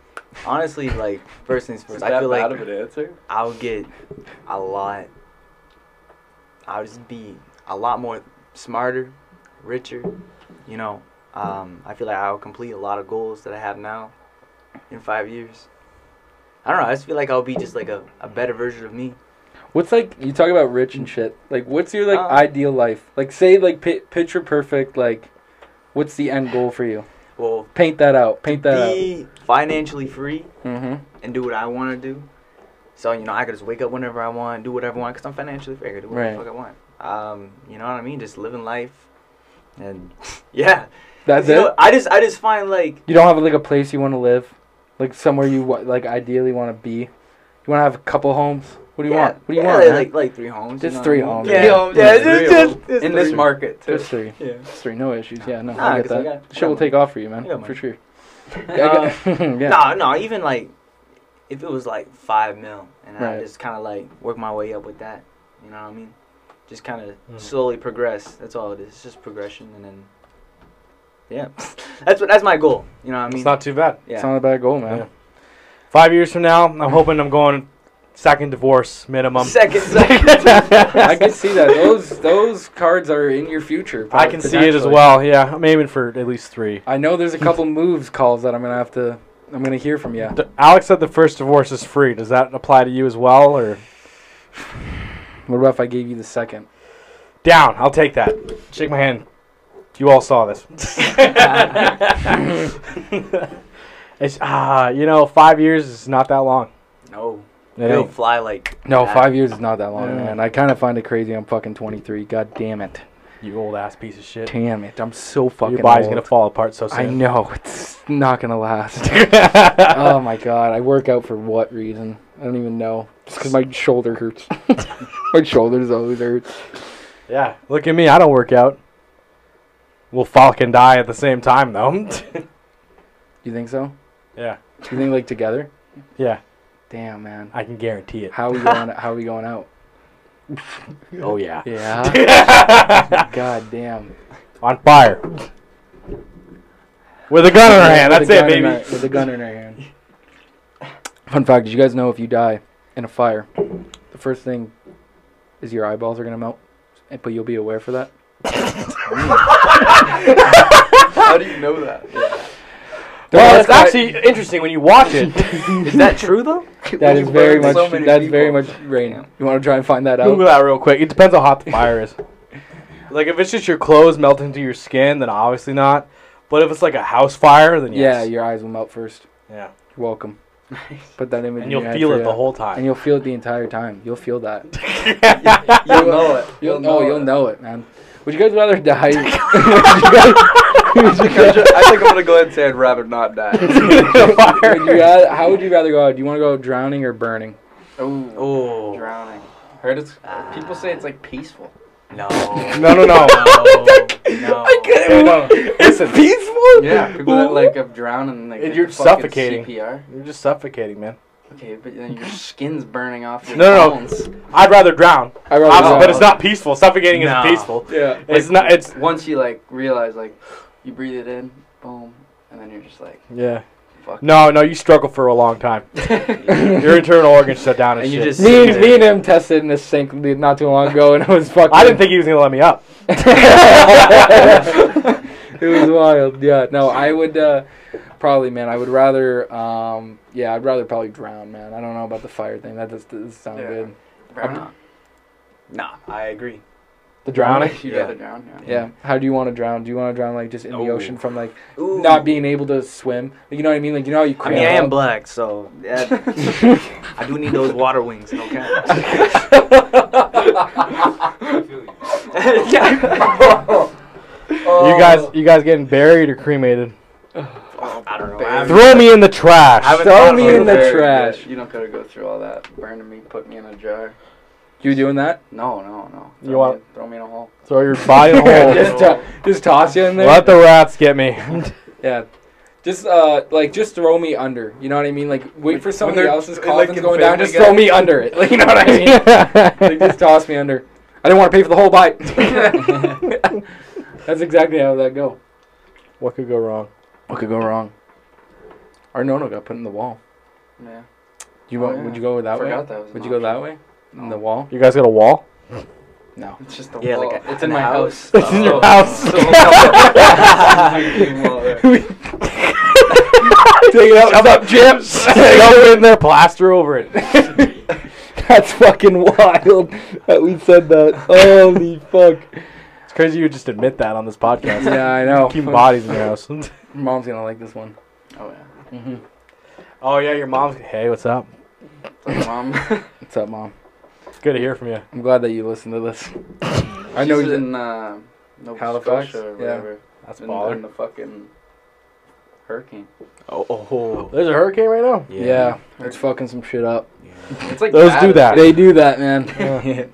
Honestly, like first things Is first, that I feel bad like of an answer? I'll get a lot. I'll just be a lot more smarter, richer. You know, um, I feel like I'll complete a lot of goals that I have now in five years. I don't know. I just feel like I'll be just like a, a better version of me. what's like? You talk about rich and shit. Like, what's your like Um, ideal life? Like, say like pi- picture perfect. Like, what's the end goal for you? Well, Paint that out. Paint that out. be financially free Mm-hmm. and do what I want to do. So you know, I could just wake up whenever I want, do whatever I want, cause I'm financially free. I could do whatever Right. the fuck I want. Um, you know what I mean? Just living life, and yeah, That's You it. know, I just I just find like You don't have like a place you want to live, like somewhere you wa- like ideally want to be. You want to have a couple homes. What do you yeah, want? What do you yeah, want? man? Like like three homes. you Just know three what I mean? homes. Yeah, Three homes, yeah, yeah, it's three just- homes. just In this three. market too. Just three. Yeah. Just three. No issues. Yeah. No. Nah, I get 'cause I that. got- I Shit will got take off for you, man. I got For money. sure. Um, Yeah, I got- yeah. No, no, even like if it was like five mil and Right. I just kind of like work my way up with that, you know what I mean? Just kind of Mhm. slowly progress. That's all it is. It's just progression and then yeah. that's what that's my goal, you know what I mean? It's not too bad. It's yeah. not a bad goal, man. Yeah. Five years from now, I'm hoping I'm going second divorce minimum. Second, second. I can see that. Those those cards are in your future. I can see it as potentially. well. Yeah, I'm aiming for at least three. I know there's a couple moves calls that I'm gonna have to I'm gonna hear from you. D- Alex said the first divorce is free. Does that apply to you as well, or What about if I gave you the second? down? I'll take that. Shake my hand. You all saw this. it's ah, you know, five years is not that long. No. It It'll ain't. fly like. No, that. five years is not that long, Yeah. man. I kind of find it crazy. I'm fucking 23. God damn it. You old ass piece of shit. Damn it. I'm so fucking. Your body's old. gonna fall apart so I soon. know it's not gonna last. know. oh my god, I work out for what reason? I don't even know. Just because my shoulder hurts. my shoulders always hurt. yeah, look at me. I don't work out. We'll fucking die at the same time though. You think so? yeah, You think like together? yeah, Damn, man. I can guarantee it. How we going? How we going out? Oh yeah, Yeah. god damn. on fire. With a gun in her hand. That's With a it, gun in baby. our- with a gun in our hand. Fun fact: Did you guys know if you die in a fire, the first thing is your eyeballs are gonna melt, and- but you'll be aware for that. How do you know that? Well, Don't it's ask actually interesting when you watch it. Is that true though? why- that is very much burned so many that's very people. much rain. You want to try and find that Google out? that real quick. It depends how hot the fire is. Like if it's just your clothes melting to your skin, then obviously not. But if it's like a house fire, then Yeah, yes. your eyes will melt first. yeah. You're welcome. Put that image. And in you'll your head feel for it ya. the whole And time. you'll feel it the entire time. You'll feel that. You'll know it. You'll know. You'll it. know it, man. Would you guys rather die? would you guys, I think I'm gonna go ahead and say I'd rather not die. would you rather- how would you rather go out? Do you want to go out drowning or burning? oh, Oh. drowning. Heard it's people say it's like peaceful. No. No, no, no. no. Yeah, no, no. Listen, peaceful? Yeah, people that like of drowning like And they you're fucking suffocating. CPR. you're just suffocating, man. Okay, but then your skin's burning off. Your No, no, no. bones. I'd rather drown, I rather obviously, drown. but it's not peaceful. Suffocating No. isn't peaceful. Yeah. It's not. It's Once you like realize like you breathe it in, boom, and then you're just like yeah. fuck. No, no, you struggle for a long time. Your internal organs shut down and, And you shit. just- Me and, me and him tested in the sink not too long ago, and it was fucking. I didn't think he was gonna let me up. it was wild. Yeah. No, I would uh, probably, man. I would rather. Um, yeah, I'd rather probably drown, man. I don't know about the fire thing. That just doesn't sound Yeah. good. Drowning. Nah, I agree. The drowning. You'd Yeah. rather drown. Yeah. Yeah. How do you want to drown? Do you want to drown like just in the No. ocean from like Ooh. not being able to swim? Like, you know what I mean? Like you know how you. I mean, I cramp am up? black, so yeah, I do need those water wings. No cap. You guys, you guys getting buried or cremated? I don't know. Bear. I Throw me in the trash. I haven't Throw thought me about in it. the Very trash. good. You don't gotta go through all that. Burning me, put me in a jar. You doing that? No, no, no. You Throw me- want- throw me in a hole. Throw your body in the hole. just, to- just toss you in there. Let the rats get me. Yeah. Just uh, like just throw me under. You know what I mean? Like wait for somebody they're- else's like coffin in going down. Family Just Guy. throw me under it. Like, you know what I mean? like just toss me under. I didn't want to pay for the whole bite. That's exactly how that go. what could go wrong? What could go wrong? Our nono got put in the wall. Yeah. You Oh, want, yeah. Would you go that way? Forgot that was an would you go that way? In the wall? You guys got a wall? No. It's just a Yeah, wall. like a- it's in an my house. house. It's in your Oh. house. So- Well, Take it out. Shove up, Jim's. Go in there, plaster over it. That's fucking wild that we said that. Holy fuck. It's crazy you just admit that on this podcast. Yeah, I know. Keeping bodies in your house. Mom's gonna like this one. Oh yeah. Mm-hmm. oh yeah, your mom's. Hey, what's up? It's like, mom. What's up, mom? It's good to hear from you. I'm glad that you listened to this. I know She's you. in uh, Nova Halifax? Scotia or Yeah. whatever. That's in, in baller. the fucking hurricane. Oh, oh, oh. There's a hurricane right now. Yeah, it's fucking some shit up. It's like Those do that. They do that, man. Yeah.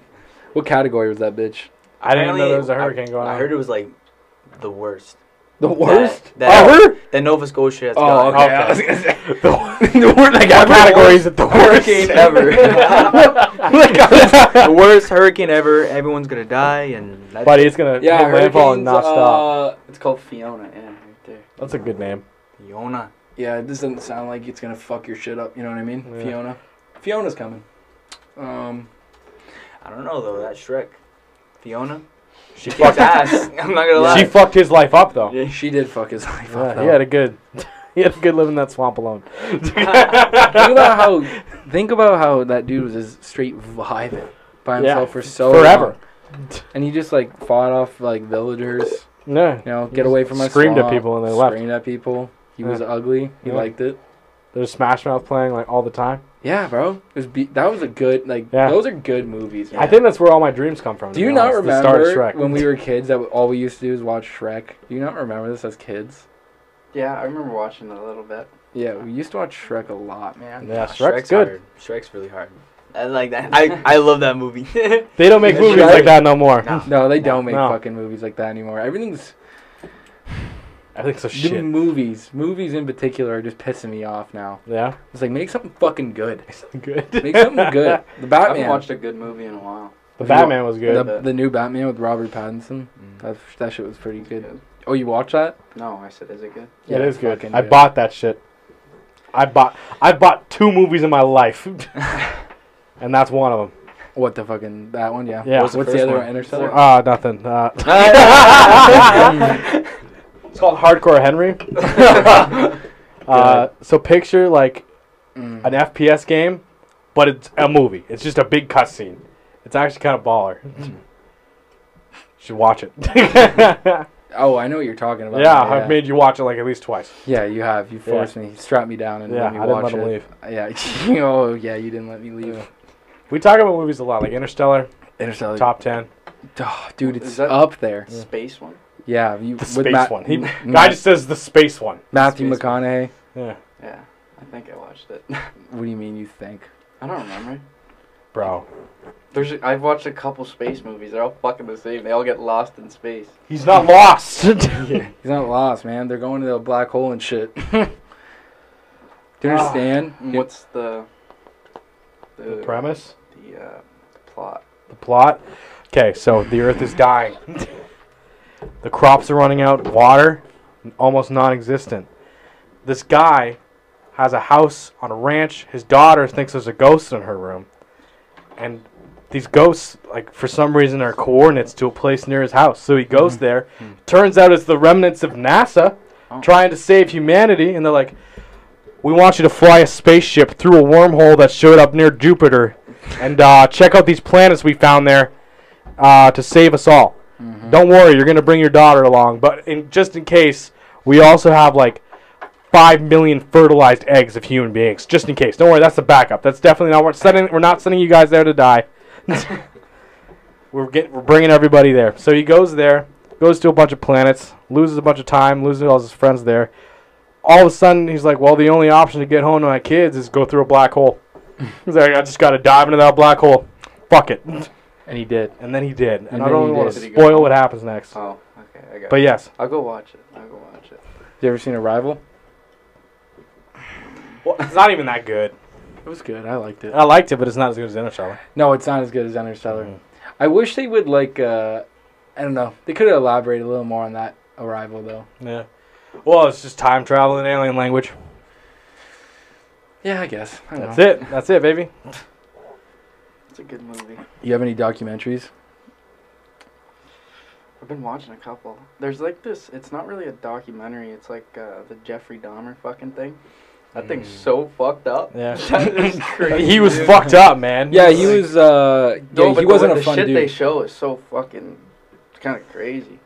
What category was that bitch? I didn't even know Apparently, there was a I- hurricane going on. I heard it was like the worst. The worst? That, Oh, that, her? that Nova Scotia has Oh, got. okay. I was gonna say, the, the word like our category is the worst Oh hurricane ever. the worst hurricane ever. Everyone's gonna die, and that's Buddy, it's gonna yeah, hit landfall and hurricanes. not stop. Uh, it's called Fiona. Yeah, right there. That's a good name. Yona. yeah, it doesn't sound like it's gonna fuck your shit up. You know what I mean? Yeah. Fiona. Fiona's coming. Um, I don't know though. That Shrek, Fiona, She kicks fucked. ass. I'm not gonna lie. She fucked his life up though. she did fuck his life Yeah, up. he had a good. you had good living in that swamp alone. think about how think about how that dude was just straight vibing by Yeah, himself for so forever. long. and he just like fought off like villagers. No, You know, He get just away from us. screamed at people and they left. Screamed at people. He Yeah. was ugly. He Yeah. liked it. there's Smash Mouth playing like all the time. Yeah, bro. It was be- that was a good like. Yeah. Those are good movies. Man. I think that's where all my dreams come from. to Do be you not honest, the Star remember Trek. when we were kids that all we used to do is watch Shrek? Do you not remember this as kids? Yeah, I remember watching it a little bit. Yeah, we used to watch Shrek a lot, man. Yeah, Shrek's good. Hard. Shrek's really hard. I like that. I, I love that movie. They don't make Yeah, movies Shrek- like that no more. Nah. No, they don't make No. fucking movies like that anymore. Everything's Everything's so the shit. movies. Movies in particular are just pissing me off now. Yeah, It's like make something fucking good. good. Make something good. The I haven't Batman. watched a good movie in a while. The Batman was good. the, the new Batman with Robert Pattinson. That that shit was pretty good. Good. Oh, you watched that? No, I said, is it good? Yeah, it is good. fucking I good. bought that shit. I bought I bought two movies in my life, and that's one of What the fucking that one? Yeah. Yeah. What was What's the the, first other one? one? them. Interstellar. Ah, nothing. Uh, it's called Hardcore Henry. uh, so picture like Mm. an FPS game, but it's a movie. It's just a big cutscene. It's actually kind of baller. You should watch it. yeah, Oh, I know what you're talking about. I've made you watch it like at least twice. Yeah, you have. You forced me. You strapped me down and Yeah, let me I didn't watch let him it. leave. Yeah. oh, yeah. You didn't let me leave. Yeah. We talk about movies a lot, like Interstellar, Interstellar. top ten. Oh, dude, Is it's that- up there. Space one? Yeah. You, The with space Ma- one. He Ma- guy just says the space one. Matthew Space one. McConaughey. Yeah, Yeah, I think I watched it. What do you mean you think? I don't remember. bro. There's a, I've watched a couple space movies. They're all fucking the same. They all get lost in space. He's not lost. He's not lost, man. They're going to a black hole and shit. Do you understand? And What's the the, the premise, the, uh, plot? the plot. Okay, so the Earth is dying. the crops are running out. Water, almost non-existent. This guy has a house on a ranch. His daughter thinks there's a ghost in her room, and these ghosts, like for some reason, are coordinates to a place near his house. So he goes there. Turns out it's the remnants of NASA Oh. trying to save humanity, and they're like. We want you to fly a spaceship through a wormhole that showed up near Jupiter and uh, check out these planets we found there uh, to save us all. Don't worry, you're gonna bring your daughter along, but in, just in case, we also have like five million fertilized eggs of human beings, just in case. Don't worry, that's the backup. That's definitely not. We're sending. We're not sending you guys there to die. we're get, We're bringing everybody there. So he goes there, goes to a bunch of planets, loses a bunch of time, loses all his friends there. All of a sudden, he's like, "Well, the only option to get home to my kids is go through a black hole." He's like, "I just gotta dive into that black hole. Fuck it." And he did. And then he did. And, And I then don't he want did. to Did he go spoil home? what happens next. Oh, okay, I got. But it. yes, I'll go watch it. I'll go watch it. You ever seen Arrival? well, it's not even that good. It was good. I liked it. I liked it, but it's not as good as Interstellar. No, it's not as good as Interstellar. Mhm. I wish they would like. uh I don't know. They could have elaborated a little more on that Arrival though. Mm. Yeah. Well, it's just time travel in alien language. Yeah, I guess. I don't That's know. it. That's it, baby. It's a good movie. You have any documentaries? I've been watching a couple. There's like this. It's not really a documentary. It's like uh, the Jeffrey Dahmer fucking thing. That thing's so fucked up. Yeah. That is crazy, He was dude. fucked up, man. Yeah, he was. uh No, yeah, but He the wasn't way- a fun The shit they dude. show is so fucking. It's kind of crazy.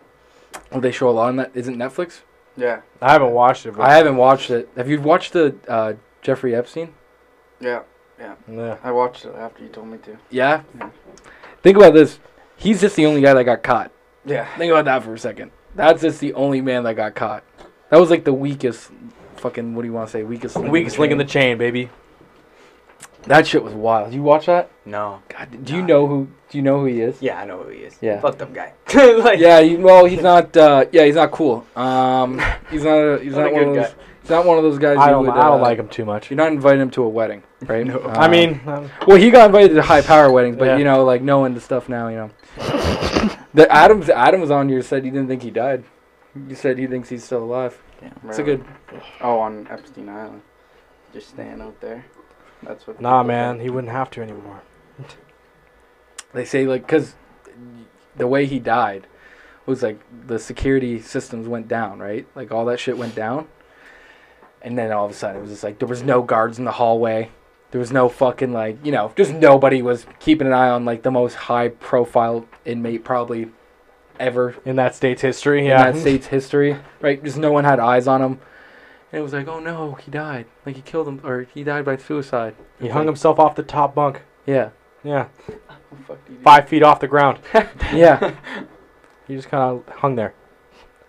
Oh, they show a lot on that. Isn't Netflix? Yeah. I haven't watched it, but I haven't watched it. Have you watched the uh, Jeffrey Epstein? Yeah. yeah. I watched it after you told me to. Yeah. Yeah. Think about this. He's just the only guy that got caught. Yeah. Think about that for a second. That's just the only man that got caught. That was like the weakest, fucking. What do you want to say? Weakest. Link Weakest link in the chain. chain, baby. that shit was wild. You watch that? no. God, do you Nah. know who? Do you know who he is? Yeah, I know who he is. Yeah. Fucked up guy. like, Yeah, you, well, he's not. Uh, yeah, he's not cool. Um, he's not. A, he's Not not, a one of good those. He's not one of those guys. I you don't. would, I don't uh, like him too much. You're not inviting him to a wedding, right? No. I Um, mean, um, Well, he got invited to high power weddings, but Yeah. you know, like knowing the stuff now, you know. the Adams Adam was on here said he didn't think he died. You said he thinks he's still alive. It's a good. Oh, on Epstein Island. Just staying out there. That's what. nah, people man. think. He wouldn't have to anymore. They say like because the way he died was like the security systems went down, right? Like all that shit went down, And then all of a sudden, it was just like there was no guards in the hallway. There was no fucking like you know, just nobody was keeping an eye on like the most high profile inmate probably ever in that state's history. in Yeah, that state's history. Right, just no one had eyes on him. And it was like, oh no, he died. Like he killed him, or he died by suicide. he hung himself off the top bunk. Yeah, Yeah, What the fuck do you do? five feet off the ground. yeah. He just kind of hung there.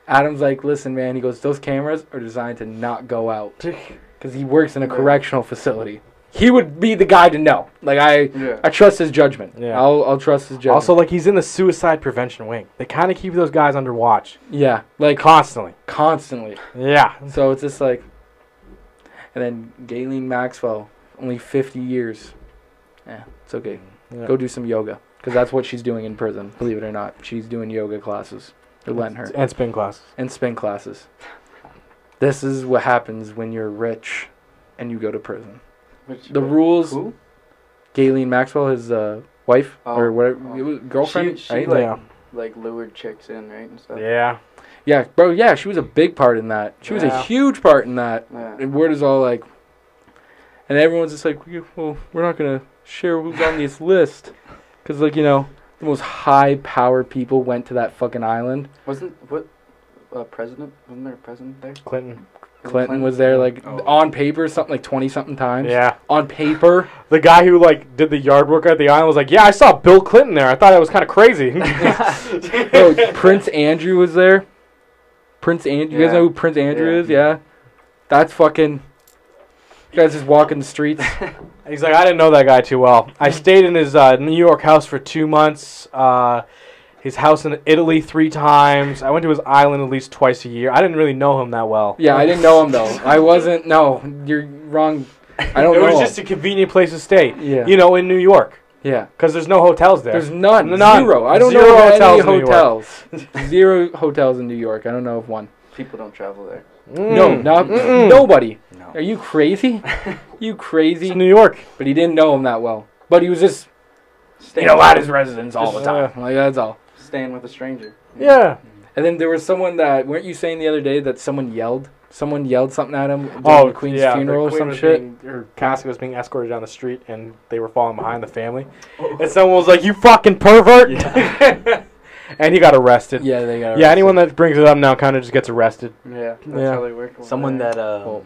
Adam's like, listen, man. He goes, those cameras are designed to not go out because he works in a Yeah. correctional facility. He would be the guy to know. Like I, Yeah. I trust his judgment. Yeah. I'll, I'll trust his judgment. Also, like he's in the suicide prevention wing. They kind of keep those guys under watch yeah, like constantly. constantly. Yeah, So it's just like, and then Galen Maxwell, only 50 years. Yeah, it's okay. Yeah. Go do some yoga because that's what she's doing in prison. Believe it or not, she's doing yoga classes. They're letting her and spin classes. and spin classes. This is what happens when you're rich, and you go to prison. Which- The rules. Who? Galen Maxwell, his uh, wife Oh, or whatever, oh. it was girlfriend, She- she right? Like- yeah, Like lured chicks in, right? And stuff. yeah. yeah, bro. Yeah, she was a big part in that. She was a Yeah. huge part in that. Yeah. And word is all like, and everyone's just like, "We- well, we're not gonna share who's on this list, because like you know, the most high power people went to that fucking island. Wasn't what? Uh, president? Wasn't there a president there? Clinton. Clinton was there, like Oh. on paper, something like twenty something times. Yeah, On paper, the guy who like did the yard work at the island was like, "Yeah, I saw Bill Clinton there. I thought it was kind of crazy." Bro, Oh, Prince Andrew was there. Prince Andrew, you guys Yeah. know who Prince Andrew Yeah. is? Yeah, that's fucking. You guys just walking the streets. He's like, I didn't know that guy too well. I Mm-hmm. stayed in his uh, New York house for two months. Uh, his house in Italy three times. I went to his island at least twice a year. I didn't really know him that well. Yeah, I didn't know him though. I wasn't. No, you're wrong. I don't it know. was him. just a convenient place to stay. Yeah. You know, in New York, yeah. because there's no hotels there. There's none. None. Zero. I don't Zero know of hotels in New any York. hotels. Zero hotels in New York. I don't know of one. People don't travel there. Mm. No, not Mm-mm. nobody. No. Are you crazy? you It's crazy? New York. But he didn't know him that well. But he was just you know at his residence all the Just, time. Like that's all. Staying with a stranger. Yeah. And then there was someone that weren't you saying the other day that someone yelled? Someone yelled something at him during Oh, the Queen's yeah, the funeral Queen or some was shit. being- her casket was being escorted down the street, and they were falling behind the family. Oh. And someone was like, "You fucking pervert!" and he got arrested. Yeah, they got. Yeah, anyone that brings it up now kind of just gets arrested. Yeah. That's Yeah. how they work. over Someone there. that uh, Well-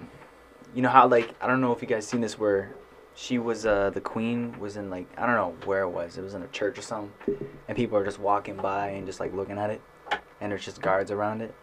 you know how like I don't know if you guys seen this where she was uh the queen was in like I don't know where it was. It was in a church or something, and people are just walking by and just like looking at it, and there's just guards around it.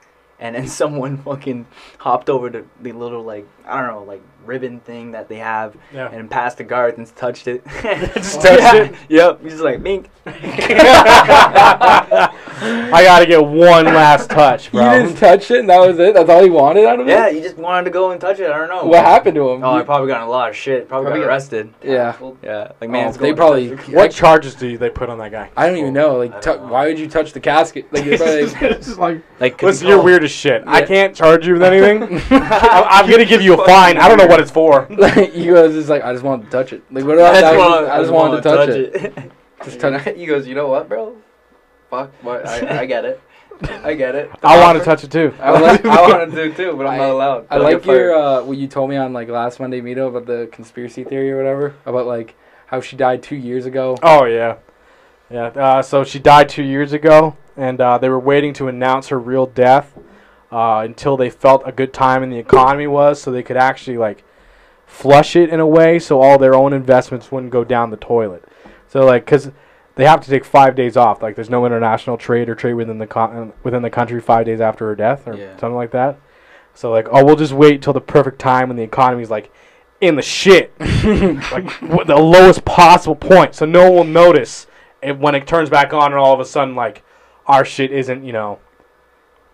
And then someone fucking hopped over to the little like I don't know like ribbon thing that they have Yeah. and passed the guards and touched it. Just touched Yeah. it? Yep. He's just like mink. I gotta get one last touch, You bro. just touched it and that was it. That's all he wanted out of it. Yeah, you just wanted to go and touch it. I don't know. What happened to him? Oh, I You- probably got in a lot of shit. Probably, Probably got got- arrested. yeah. Well, Yeah, like Man, man, Oh, they probably. what charges do you, they put on that guy? I don't even know. I Like, don't tou know. why would you touch the casket? Like, you're probably like, like, like 'cause listen, you you're go- weird as shit. I Yeah. can't charge you with anything. I'm, I'm gonna give you a fine. I don't know what it's for. like, you guys just like, I just wanted to touch it. Like, what about that? was- I just wanted to touch, it. Just you touch. know- he goes, you know what, bro? Fuck. What? I, I get it. I get it. I want to touch it too. I want, I want to do too, but I'm I- not allowed. I They'll like get fired. your uh, what you told me on like last Monday meetup about the conspiracy theory or whatever about like how she died two years ago. Oh yeah, yeah. Uh, so she died two years ago, and uh, they were waiting to announce her real death uh, until they felt a good time in the economy was, so they could actually like flush it in a way, so all their own investments wouldn't go down the toilet. So like, cause they have to take five days off. Like, there's no international trade or trade within the con- within the country five days after her death or Yeah. something like that. So like, oh, we'll just wait till the perfect time when the economy's like in the shit, like w- the lowest possible point, so no one will notice. And when it turns back on, and all of a sudden, like our shit isn't, you know,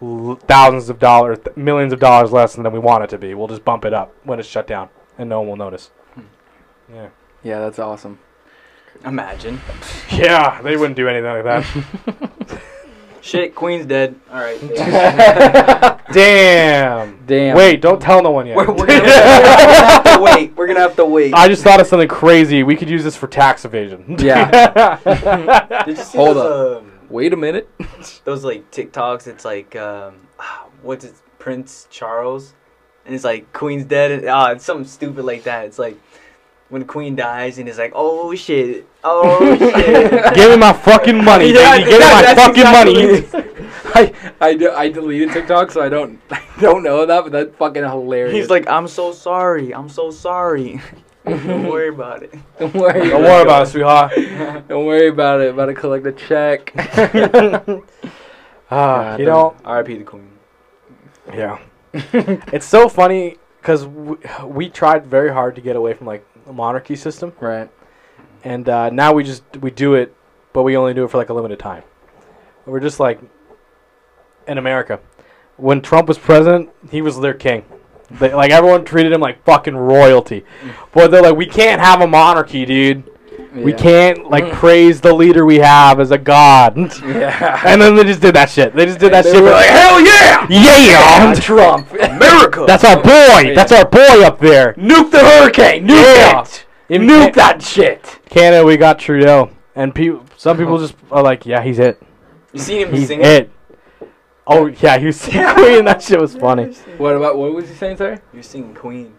l- thousands of dollars, th- millions of dollars less than we want it to be. We'll just bump it up when it's shut down, and no one will notice. Yeah, Yeah, that's awesome. Imagine. yeah, they wouldn't do anything like that. Shit, Queen's dead. All right. Damn. Damn. Wait, don't tell no one yet. we're, we're gonna, we're gonna have to wait. We're gonna have to wait. I just thought of something crazy. We could use this for tax evasion. Yeah. Did you see Hold those, um, Wait a minute. those like TikToks? It's like um, ah, what's it? Prince Charles. and it's like Queen's dead, and ah, it's something stupid like that. It's like when Queen dies, and it's like, oh shit, oh shit. Give me my fucking money, Yeah, baby. Give me my that's fucking exactly money. what I, I, do, I deleted TikTok, so I don't I don't know that, but that's fucking hilarious. He's like, I'm so sorry, I'm so sorry. Don't worry about it. don't worry, Don't worry about it, sweetheart. it. Don't worry about it. About to collect the check. Ah, you know, R.I.P. the Queen. yeah. It's so funny because we, we tried very hard to get away from like the monarchy system, right. and uh, now we just we do it, but we only do it for like a limited time. We're just like in America. When Trump was president, he was their king. They, like everyone treated him like fucking royalty, Mm. but they're like, we can't have a monarchy, dude. We Yeah. Mm. can't like praise the leader we have as a god. Yeah. and then they just did that shit. They just did And that they shit. were We're like, like, hell yeah, yeah. Trump. America. That's our boy. That's our boy up there. Nuke the hurricane. Nuke Yeah. it. In Nuke Ca- that shit. Canada, we got Trudeau, and pe- some people just are like, yeah, he's it. you seen him He's singing? it. Oh yeah, he was Queen. That shit was funny. What about what was he saying, sorry? You're singing Queen.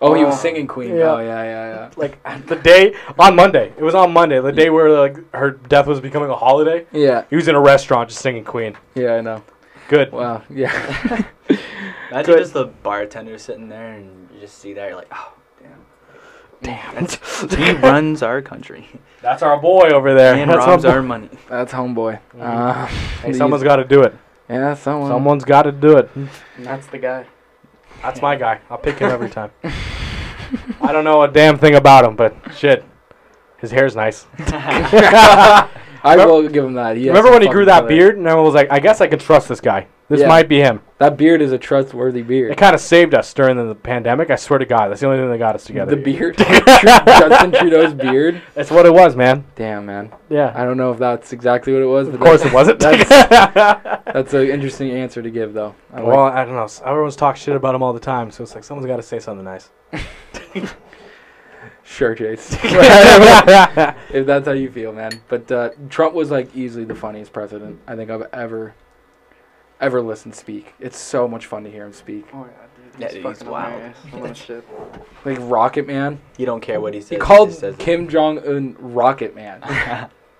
Oh, he Oh. was singing Queen. Yeah. Oh yeah, yeah, Like the day on Monday, it was on Monday, the day where like her death was becoming a holiday. yeah. Yeah. He was in a restaurant just singing Queen. Yeah, I know. Good. Wow. Yeah. Imagine Good. just the bartender sitting there and you just see that, you're like, oh, Damn it. he runs our country That's our boy over there. and That's robs boy. our money. That's homeboy. Mhm. Uh, Hey, someone's got to do it. Yeah, someone. Someone's got to do it. That's the guy. That's my guy. I'll pick him every time. I don't know a damn thing about him, but shit, his hair's nice. I Remember- will give him that. He has Remember some when he fucking grew that color. beard, and I was like, I guess I can trust this guy. This Yeah. might be him. That beard is a trustworthy It beard. kind of saved us during the pandemic. I swear to God, that's the only thing that got us together. The beard, Justin Trudeau's beard. That's what it was, man. Damn, man. Yeah. I don't know if that's exactly what it was. But Of course, that- it wasn't. That's, well, that's an interesting answer to give, though. I like- I don't know. Everyone's talking shit about him all the time, so it's like someone's got to say something nice. sure, Chase. yeah, if that's how you feel, man. But uh, Trump was like easily the funniest president I think I've ever, ever listened speak. It's so much fun to hear him speak. Oh yeah, dude. That He's dude's fucking wild. hilarious. I'm gonna shit. Like Rocket Man. You don't care what he says. He called just says it. Kim Jong Un Rocket Man.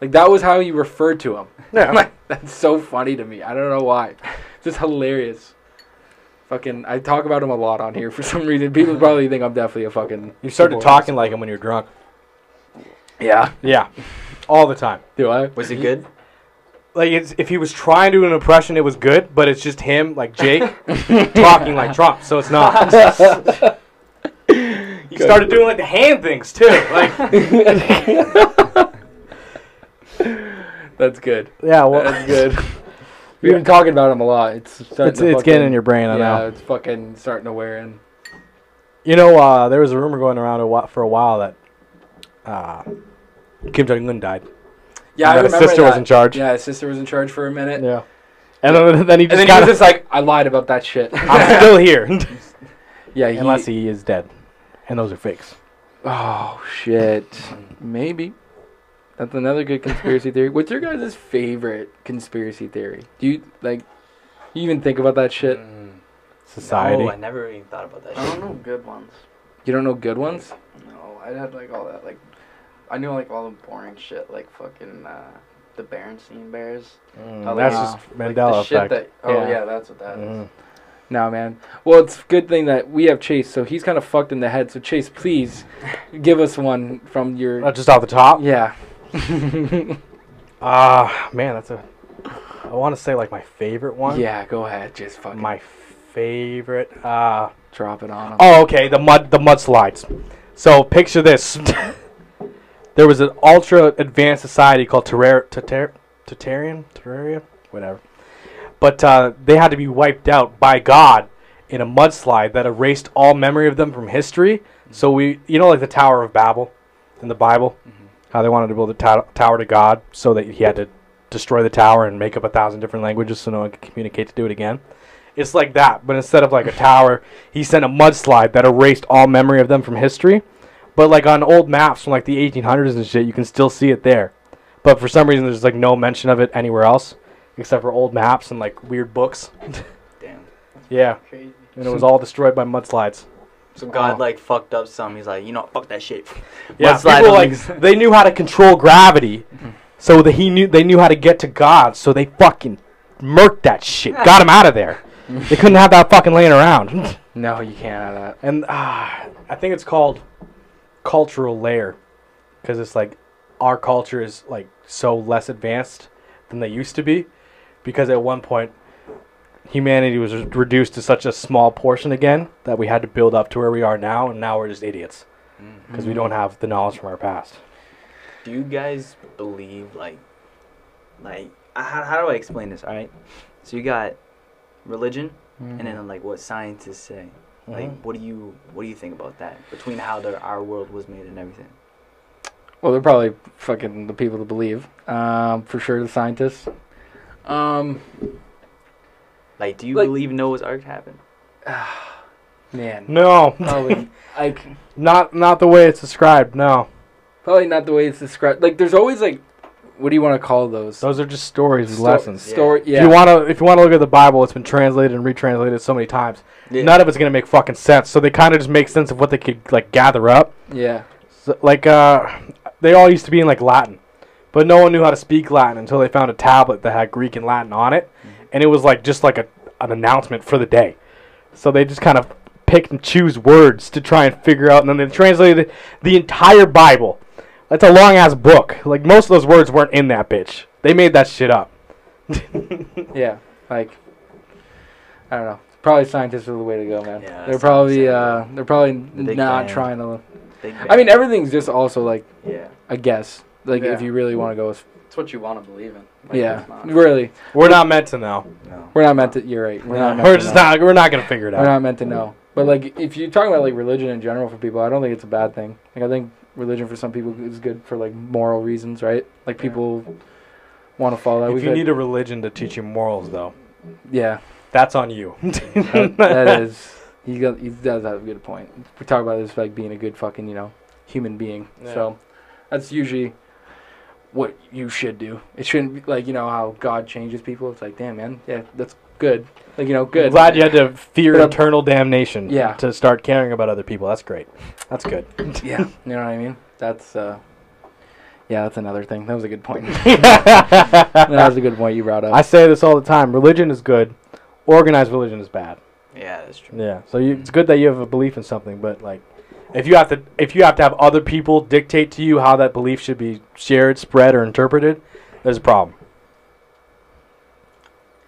like that was how he referred to him. Like, that's so funny to me. I don't know why. It's just hilarious. Fucking, I talk about him a lot on here for some reason. People probably think I'm definitely a fucking. you started talking like him when you're drunk. Yeah. Yeah, all the time. Do I? Was it good? like it's, if he was trying to do an impression, it was good, but it's just him, like Jake, talking like Trump. So it's not. he started doing like the hand things too. Like That's good. yeah, That's good. We've been talking about him a lot. It's starting it's, to it's fucking- getting in your brain. I yeah, know. it's fucking starting to wear in. You know, uh, there was a rumor going around a while, for a while that uh, Kim Jong Un died. Yeah, And I that his remember sister was that. in charge. Yeah, his sister was in charge for a minute. Yeah. And then, then he And just then he was got. just like, I lied about that shit. I'm still here, yeah, he, unless he is dead, and those are fakes. Oh shit. Maybe. That's another good conspiracy theory. What's your guys' favorite conspiracy theory? Do you like you even think about that shit? Society. Oh, I never even thought about that. I Shit. don't know good ones. You don't know good ones? No, I had like all that like, I knew like all the boring shit like fucking uh, the Berenstain Bears. Mm, that's Yeah. just Mandela Like, the effect. shit that, oh Yeah. yeah. that's what that is. Mhm. No, man. Well, it's a good thing that we have Chase, so he's kind of fucked in the head. So Chase, please give us one from your Uh, just off the top. Yeah. Ah, man, that's a. I want to say like my favorite one. Yeah, go ahead. Just fucking My favorite. Uh, drop it on him. oh, okay. The mud, the mudslides. So picture this. there was an ultra advanced society called Terrar, Terrar, Terrarian, Terraria, whatever. But uh, they had to be wiped out by God in a mudslide that erased all memory of them from history. So we, you know, like the Tower of Babel in the Bible, how they wanted to build a tow- tower to God, so that he had to destroy the tower and make up a thousand different languages so no one could communicate to do it again. It's like that, but instead of like a tower, he sent a mudslide that erased all memory of them from history. But like on old maps from like the 1800s and shit, you can still see it there. But for some reason, there's like no mention of it anywhere else, except for old maps and like weird books. Damn. Yeah, Crazy. and it was all destroyed by mudslides. So God Oh. like fucked up some. He's like, you know, fuck that shit. Yeah, Mudslide people like only- they knew how to control gravity, so that he knew they knew how to get to God. So they fucking murked that shit, got him out of there. They couldn't have that fucking laying around. No, you can't have that. And ah, I think it's called cultural layer because it's like our culture is like so less advanced than they used to be because at one point humanity was re- reduced to such a small portion again that we had to build up to where we are now and now we're just idiots because we don't have the knowledge from our past. Do you guys believe like, like uh, how, how do I explain this? All right, so you got religion, and Mm-hmm. then like what scientists say. Mm-hmm. Like, what do you what do you think about that? Between how the, our world was made and everything. Well, they're probably fucking the people to believe. Um, for sure, the scientists. Um, Like, do you Like- believe Noah's Ark happened? man, No, probably like not not the way it's described. No, probably not the way it's described. Like, there's always like, what do you want to call those? those are just stories, and Sto- lessons. Story. Yeah. If you want to, if you want to look at the Bible, it's been translated and retranslated so many times. None of it's gonna make fucking sense. So they kind of just make sense of what they could like gather up. yeah. So, like uh, they all used to be in like Latin, but no one knew how to speak Latin until they found a tablet that had Greek and Latin on it, Mm-hmm. and it was like just like a an announcement for the day. So they just kind of pick and choose words to try and figure out, and then they translated the entire Bible. That's a long ass book. Like most of those words weren't in that bitch. They made that shit up. Yeah. Like, I don't know. Probably scientists are the way to go, man. Yeah, that's what they're I'm probably saying. uh, they're probably Big not Bang. trying to. Big I mean, Bang. everything's just also like yeah. a guess. Like, if Yeah. you really want to go, with, It's what you want to believe in. Like, yeah, it's not- really, We're not meant to know. No. we're not meant to. You're right. We're not. meant We're to just know. not. We're not gonna figure it We're out. not meant to know. But like, if you're talking about like religion in general for people, I don't think it's a bad thing. Like, I think religion for some people is good for like moral reasons, right? Like people want to follow. that. If We've you had- need a religion to teach you morals, though, yeah, that's on you. that- that is. He got, he does have a good point. We talk about this like being a good fucking you know human being. Yeah. So that's usually what you should do. It shouldn't be like you know how God changes people. It's like damn man, yeah, that's good. Like you know, good. Glad you had to fear But I'm- eternal damnation. Yeah. To start caring about other people, that's great. That's good. Yeah, you know what I mean. That's uh, yeah, that's another thing. That was a good point. that I was a good point you brought up. say this all the time. Religion is good. Organized religion is bad. Yeah, that's true. Yeah. So you, it's good that you have a belief in something, but like, if you have to, if you have to have other people dictate to you how that belief should be shared, spread, or interpreted, there's a problem.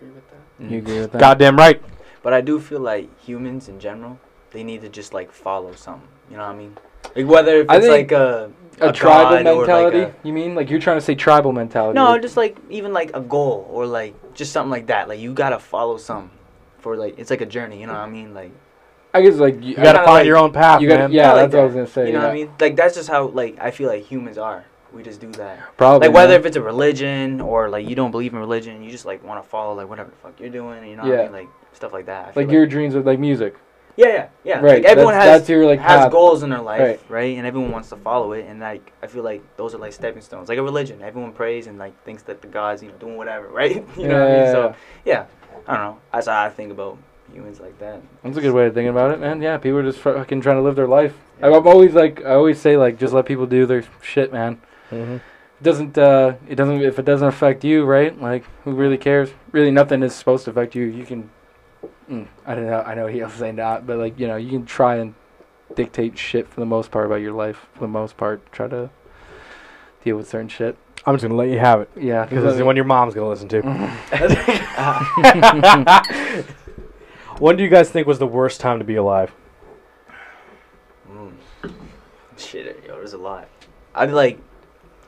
Agree with that. Mm-hmm. you agree with that? Goddamn right. But I do feel like humans in general, they need to just like follow something. You know what I mean? Like whether if I it's think like a, a, a tribal god or, like, mentality? a- you mean like you're trying to say tribal mentality? no, like- just like even like a goal or like just something like that. Like you gotta follow something for like it's like a journey. You know what I mean? Like I guess like You gotta kinda find like- your own path, you gotta- man. yeah, Kinda like that's what I was that. gonna say, You know what I yeah. mean? Like that's just how like I feel like humans are. We just do that. probably like whether man. if it's a religion or like you don't believe in religion, you just like want to follow like whatever the fuck you're doing. You know what Yeah. I mean? Like stuff like that. I feel like your dreams of like music, yeah yeah yeah. right? Like everyone that's, has that's your like has path. goals in their life, Right. right. And everyone wants to follow it. And like, I feel like those are like stepping stones, like a religion. Everyone prays and like thinks that the gods, you know, doing whatever, right? you know what I mean? So yeah, I don't know. That's how I think about humans like that. That's a good way of thinking about it, man. Yeah, people are just fucking trying to live their life. I- I'm always like, I always say like, just let people do their shit, man. Mhm. It doesn't, uh, it doesn't, if it doesn't affect you, right? Like, who really cares? Really, nothing is supposed to affect you. You can, mm, I don't know, I know he'll say not, but like, you know, you can try and dictate shit for the most part about your life. For the most part, try to deal with certain shit. I'm just gonna let you have it Yeah, because this is one your mom's gonna listen to. you. When do you guys think was the worst time to be alive? Mm. Shit, yo, there's a lot. I'd be like,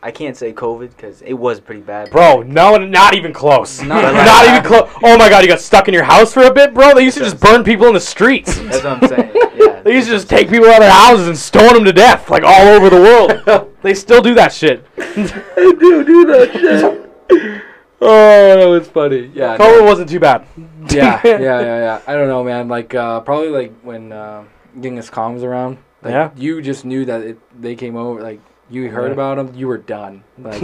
I can't say COVID because it was pretty bad. Bro, no, not even close. Not- Not, even close. Oh my god, you got stuck in your house for a bit, bro? They used to just burn people in the streets. That's what I'm saying. Yeah. They used to just take people out of their houses and stone them to death, like all over the world. they still do that shit. oh, that was funny. Yeah. no. COVID wasn't too bad. yeah, yeah, yeah, yeah. I don't know, man. Like uh, probably like when uh, Genghis Khan was around. Like, Yeah. You just knew that it, they came over. Like you heard Yeah. about them, you were done. Like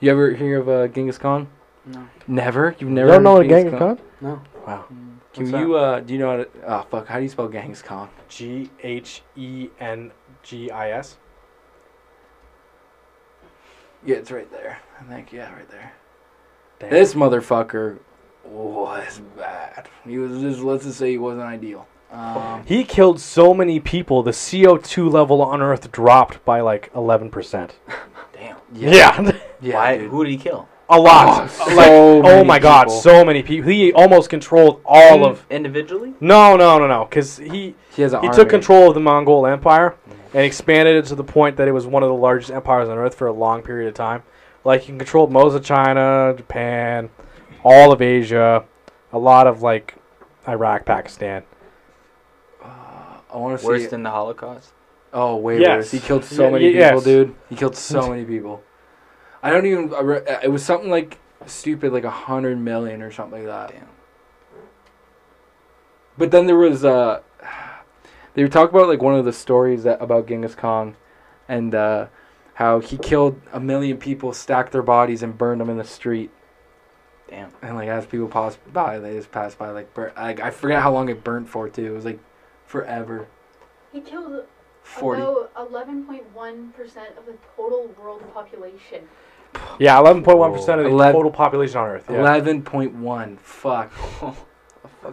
you ever hear of uh, Genghis Khan? No. Never. You've never. heard of gang Khan? No. Mm. Wow. Can What's you? uh Do you know how to? Oh fuck! How do you spell Genghis Khan? G H E N G I S. Yeah, it's right there. I think yeah, right there. Damn. This motherfucker was bad. He was just let's just say he wasn't ideal. Um, He killed so many people. The CO2 level on Earth dropped by like 11%. Damn. Yeah. yeah, Why? dude. Who did he kill? a lot. so like, oh many my god, people. so many people. He almost controlled all of. individually. No, no, no, no. Because he, He has an he army. took control of the Mongol Empire and expanded it to the point that it was one of the largest empires on Earth for a long period of time. Like, he controlled most of China, Japan, all of Asia, a lot of, like, Iraq, Pakistan. Uh, I want to see. Worse it. than the Holocaust. oh, way Yes. worse. He killed so Yeah, many y- yes. people, dude. He killed so many people. I don't even. I re- uh, It was something like stupid, like a hundred million or something like that. Damn. But then there was uh they were talking about like one of the stories that about Genghis Khan and uh how he killed a million people, stacked their bodies and burned them in the street. Damn. And like as people passed by, they just passed by like bur- like I forget how long it burnt for too. It was like forever. He killed 40. about 11.1% of the total world population. Yeah, 11.1% of the Eleven- total population on Earth. Yeah. 11.1. Fuck. Fuck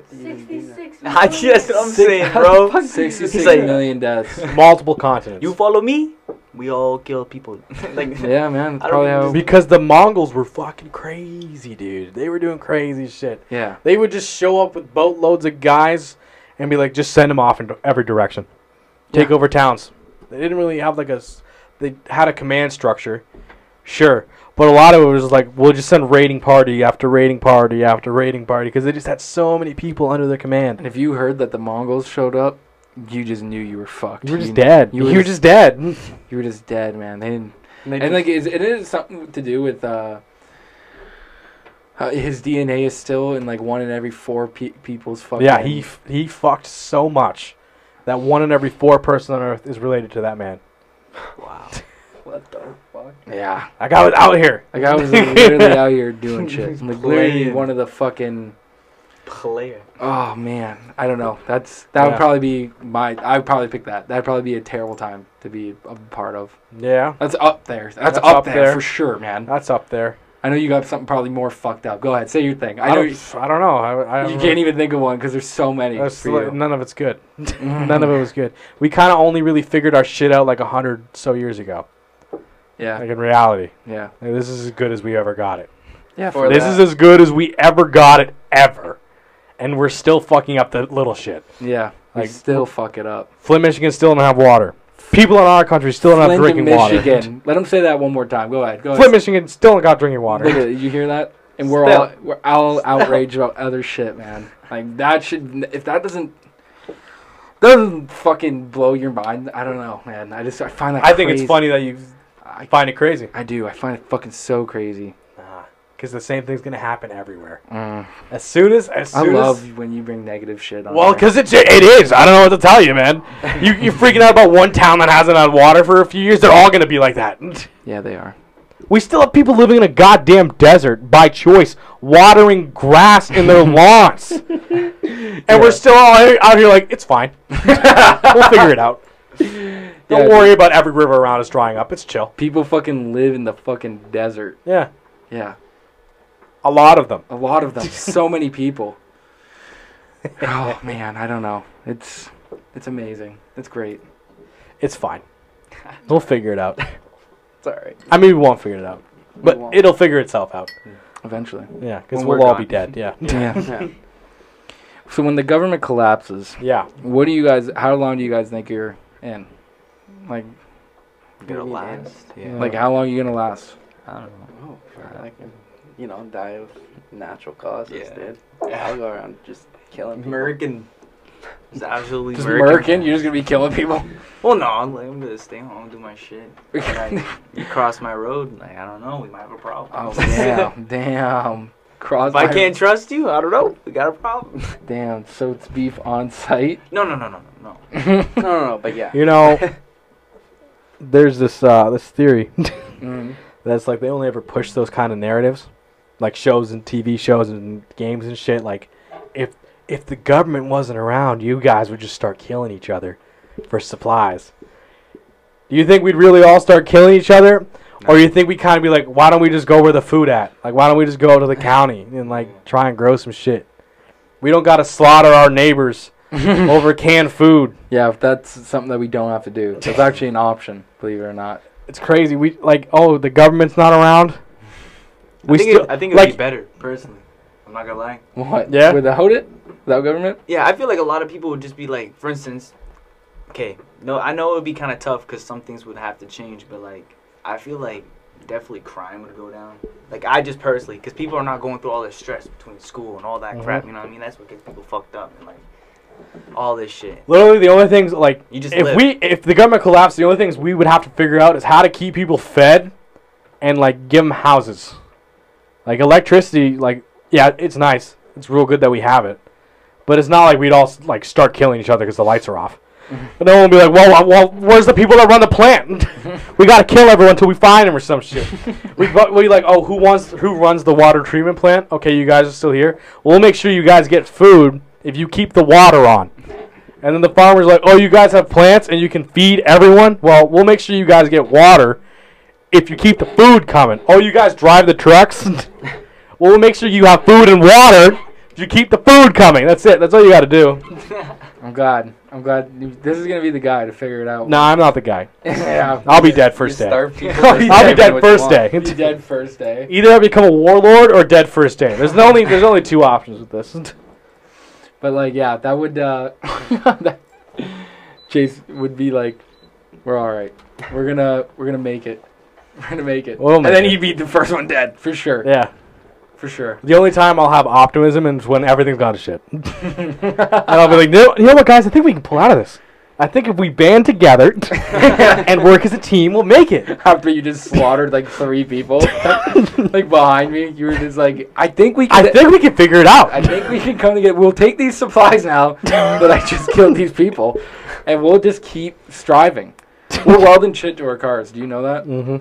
do you even do that? 66 I guess million. Six- I'm saying, bro. 66 like- million deaths. Multiple continents. You follow me? We all kill people. like yeah, man. That's I don't probably even how. Because the Mongols were fucking crazy, dude. They were doing crazy shit. Yeah. They would just show up with boatloads of guys and be like, just send them off in every direction, take over towns. They didn't really have like a, s- they had a command structure, sure, but a lot of it was like, we'll just send raiding party after raiding party after raiding party because they just had so many people under their And command. if you heard that the Mongols showed up, you just knew you were fucked. You were just dead. you You were were, just- just dead. You were just dead, man. They didn't and like is, it is something to do with uh, how his DNA is still in like one in every four pe- people's fucking. yeah, he f- he fucked so much that one in every four person on Earth is related to that man. wow. What the fuck? yeah, Like I was out here. like I was like, literally out here doing shit. Like literally Playing. one of the fucking. Player. Oh man, I don't know. That's that would Yeah. probably be my. I would probably pick that. That'd probably be a terrible time to be a part of. Yeah, That's up there. That's, That's up, up there, there. for sure, man. that's up there. I know you got something probably more fucked up. Go ahead, say your thing. I, I know don't. you, I don't know. I, I you don't can't even think of one because there's so many. That's for like- you. none of it's good. none of it was good. We kind of only really figured our shit out like a hundred so years ago. Yeah, Like in reality, yeah, Like, this is as good as we ever got it. yeah. For This that. is as good as we ever got it ever, and we're still fucking up the little shit. Yeah, we Like- still fuck it up. Flint, Michigan still don't have water. People in our country still don't have Flint, drinking water. Michigan. Let him say that one more time. Go ahead. Go Flint, ahead. Michigan still don't got drinking water. Look at it, you hear that? And we're all we're all outraged about other shit, man. Like that should if that doesn't doesn't fucking blow your mind. I don't know, man. I just I find that. I think it's crazy. funny that you I, find it crazy. I do. I find it fucking so crazy. Because the same thing's gonna happen everywhere. Mm. As soon as, as I soon as, love when you bring negative shit on. Well, there. because it, it is. I don't know what to tell you, man. You, you're freaking out about one town that hasn't had water for a few years. They're all going to be like that. yeah, they are. We still have people living in a goddamn desert by choice, watering grass in their lawns. and we're still all here- out here like, it's fine. we'll figure it out. Don't Yeah, worry about every river around us drying up. It's chill. People fucking live in the fucking desert. Yeah. Yeah, A lot of them. a lot of them. so many people. Oh man, I don't know. It's it's amazing. It's great. It's fine. We'll figure it out. It's alright. I mean, we won't figure it out. But won't. it'll figure itself out. Eventually. Yeah, because When we're we'll all gone. be dead. Yeah. Yeah. So when the government collapses, Yeah. what do you guys? How long do you guys think you're in? Like, Gonna Yeah. last. Yeah. like how long are you gonna last? I don't know. Oh, I can, you know, die of natural causes, Yeah. dude. I'll go around just killing people. American. It's absolutely Just American. murking? You're just gonna be killing people. Well, no, I'm, like, I'm gonna stay home, do my shit. Like, you cross my road, like I don't know, we might have a problem. oh damn, damn. Cross. if I can't trust you, I don't know, we got a problem. Damn. So it's beef on site. No, no, no, no, no, no. No, no, no, but yeah. You know, there's this uh, this theory Mm. that's like they only ever push those kind of narratives, like shows and TV shows and games and shit. Like, if if the government wasn't around, you guys would just start killing each other for supplies. Do you think we'd really all start killing each other? Or you think we kind of be like, why don't we just go where the food at? Like, why don't we just go to the county and like try and grow some shit? We don't gotta slaughter our neighbors over canned food. Yeah, if that's something that we don't have to do. That's actually an option, believe it or not. It's crazy. We like, oh, the government's not around. We I think, still it, I think it would like be better, personally. I'm not gonna lie. What? Yeah. Without it? Without government? Yeah, I feel like a lot of people would just be like, for instance, okay, no, I know it would be kind of tough because some things would have to change, but like, I feel like definitely crime would go down. Like, I just personally, because people are not going through all this stress between school and all that Mm-hmm. crap, you know what I mean? That's what gets people fucked up and like all this shit. literally the only things like You just if live. we if the government collapsed, the only things we would have to figure out is how to keep people fed, and like give them houses, like electricity. Like yeah, it's nice. It's real good that we have it, but it's not like we'd all s- like start killing each other because the lights are off. And then we'll be like, well, well, well, where's the people that run the plant? we gotta kill everyone until we find them or some shit. we but we like, oh, who wants who runs the water treatment plant? Okay, you guys are still here. We'll make sure you guys get food if you keep the water on. And then the farmer's like, "Oh, you guys have plants and you can feed everyone. Well, we'll make sure you guys get water if you keep the food coming. Oh, you guys drive the trucks. well, we'll make sure you have food and water if you keep the food coming. That's it. That's all you got to do. I'm glad. I'm glad. you- This is going to be the guy to figure it out. No, I'm not the guy. yeah. I'll be dead first You day. starve people I'll by be I'll be starving dead what you first want. day. Be dead first eh? day. Either I become a warlord or dead first day. There's only there's only two options with this. But like, yeah, that would uh, that Chase would be like, "We're all right. We're gonna we're gonna make it. We're gonna make it." We'll and make then it. he'd be the first one dead for sure. Yeah. for sure. The only time I'll have optimism is when everything's gone to shit. and I'll be like, Uh-huh. no, you know what, guys? I think we can pull out of this. I think if we band together and work as a team, we'll make it. After you just slaughtered like three people, like behind me, you were just like, "I think we can." I think we can figure it out. I think we can come together. We'll take these supplies now that I just killed these people, and we'll just keep striving. We're welding shit to our cars. Do you know that? hmm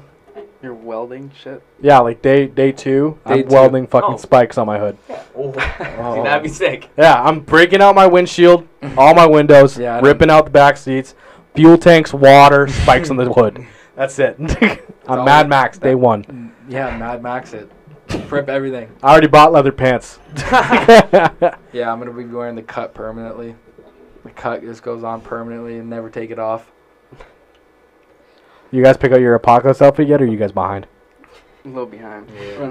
You're welding shit. Yeah, like day day two, Day I'm two. welding fucking Oh. spikes on my hood. Oh, see, that'd be sick. Yeah, I'm breaking out my windshield, all my windows, Yeah, I don't- ripping out the back seats, fuel tanks, water, spikes on the hood. That's it. all I'm Mad it- Max day one. Yeah, Mad Max it. Prep everything. I already bought leather pants. Yeah, I'm gonna be wearing the cut permanently. The cut just goes on permanently and never take it off. You guys pick out your apocalypse outfit yet, or are you guys behind? A little behind.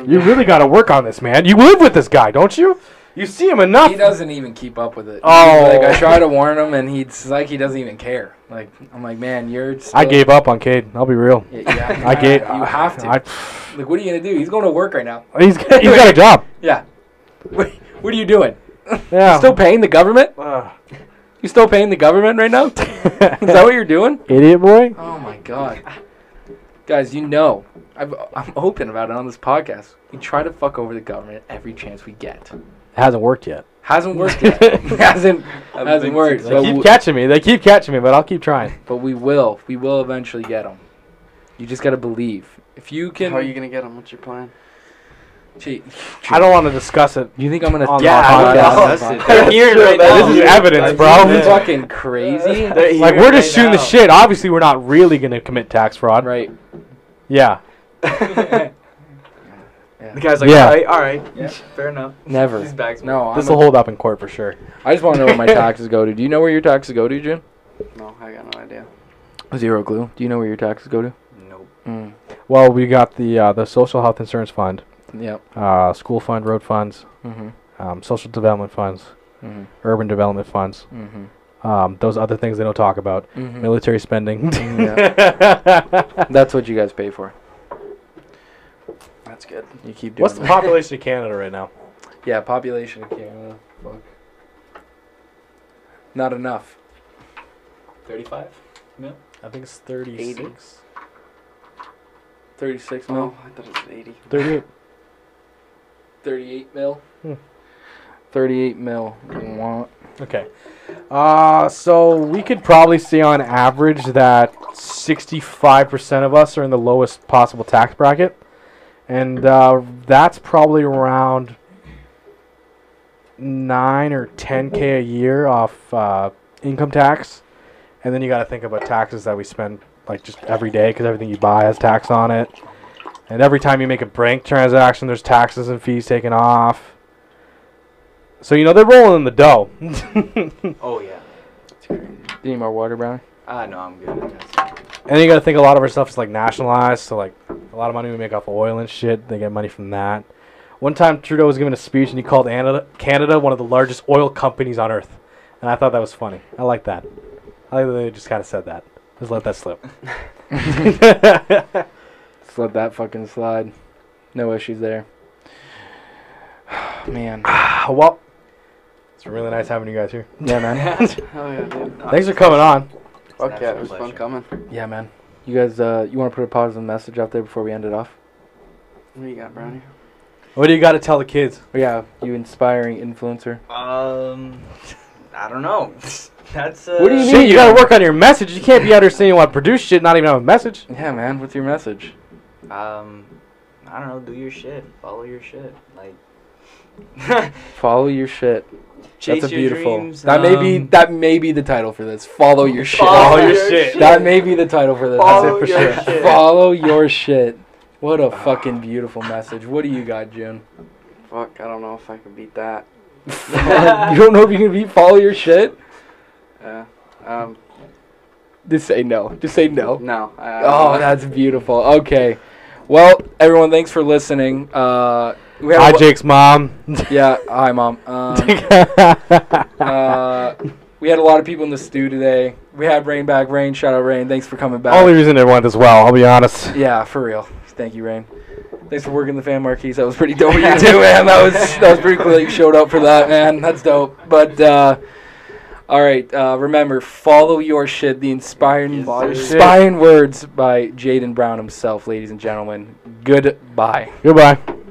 You really got to work on this, man. You live with this guy, don't you? You see him enough. He doesn't even keep up with it. Oh. like I try to warn him, and he's like he doesn't even care. Like I'm like, man, you're. Still, I gave up on Cade. I'll be real. Yeah, yeah, I gave. You have to. I, like, what are you gonna do? He's going to work right now. he's got, he's got a job. Yeah. What, what are you doing? Yeah. Still paying the government? Ugh. You still paying the government right now? Is that what you're doing? idiot boy. Oh my god. Guys, you know, I've, I'm open about it on this podcast. We try to fuck over the government every chance we get. hasn't worked yet. Hasn't worked yet. hasn't hasn't think worked. so. But, They keep we- catching me. They keep catching me, but I'll keep trying. but we will. We will eventually get them. You just gotta believe. If you can, How are you gonna get them? What's your plan? Gee, I don't want to discuss it. You think I'm gonna? On yeah, the I'm podcast. gonna- That's it. They're here right now. This is evidence, I'm bro. fucking crazy. They're Like here we're just right shooting the now. shit. Obviously, we're not really gonna commit tax fraud. right. Yeah. The guy's like, Yeah. all right, all right, fair enough. Never. These bags. No. I'm This will a, hold up in court for sure. I just want to know where my taxes go to. Do you know where your taxes go to, Jim? No, I got no idea. Zero clue. Do you know where your taxes go to? Nope. Mm. Well, we got the uh, the social health insurance fund, Yep. uh, school fund, road funds, Mm-hmm. um, social development funds, Mhm. urban development funds, Mm-hmm. um, those other things they don't talk about, Mm-hmm. military spending. That's what you guys pay for. That's good. You keep doing. What's the that. population of Canada right now? Yeah, population of Canada. Fuck. Not enough. 35? I think it's 36. 36 mil. Oh, I thought it was 80. 38. 38 mil. Hmm. 38 mil. You want. Okay. Uh, so we could probably see on average that 65% of us are in the lowest possible tax bracket. And uh, that's probably around nine or ten k a year off uh, income tax, and then you got to think about taxes that we spend like just every day because everything you buy has tax on it, and every time you make a bank transaction, there's taxes and fees taken off. So you know they're rolling in the dough. Oh yeah. It's crazy. you need more water, Brownie? Ah no, I'm good. That's- And then you got to think a lot of our stuff is like nationalized, so like a lot of money we make off oil and shit. They get money from that. One time Trudeau was giving a speech and he called Ana- Canada one of the largest oil companies on earth, and I thought that was funny. I like that. I like that they just kind of said that. Just let that slip. Just let that fucking slide. No issues there. Man. Ah, well, it's really nice having you guys here. Yeah, man. Hell yeah, dude. Thanks for coming on. Fuck absolute yeah, it was fun pleasure. coming. yeah, man. You guys, uh, you want to put a positive message out there before we end it off? What do you got, Brownie? What do you got to tell the kids? Oh, yeah, you inspiring influencer. Um, I don't know. That's uh, What do you mean? Shit, you got to work on your message. You can't be out here saying you want to produce shit, not even have a message. Yeah, man. What's your message? Um, I don't know. Do your shit. Follow your shit. Like. Follow your shit. Chase That's a your beautiful. dreams, that may be um, that may be the title for this. Follow your shit. Follow your shit. That may be the title for this. Follow That's it for your sure. shit. Follow your shit. What a fucking beautiful message. What do you got, June? Fuck, I don't know if I can beat that. you don't know if you can be follow your shit? Yeah. Um, Just say no. Just say no. no. I, I don't Oh, know. that's beautiful. Okay. Well, everyone, thanks for listening. Uh, we Hi, a- Jake's mom. Yeah, hi, mom. Um, uh, we had a lot of people in the stew today. We had Rain back. Rain, shout out Rain. Thanks for coming back. Only reason they want this well, I'll be honest. Yeah, for real. Thank you, Rain. Thanks for working the fan marquees. That was pretty dope. what you do, man. That was that was pretty cool. That you showed up for that, man. That's dope. But uh, all right, uh, remember, follow your shit. The inspiring, Follow your shit. inspiring words by Jaden Brown himself, ladies and gentlemen. Goodbye. Goodbye.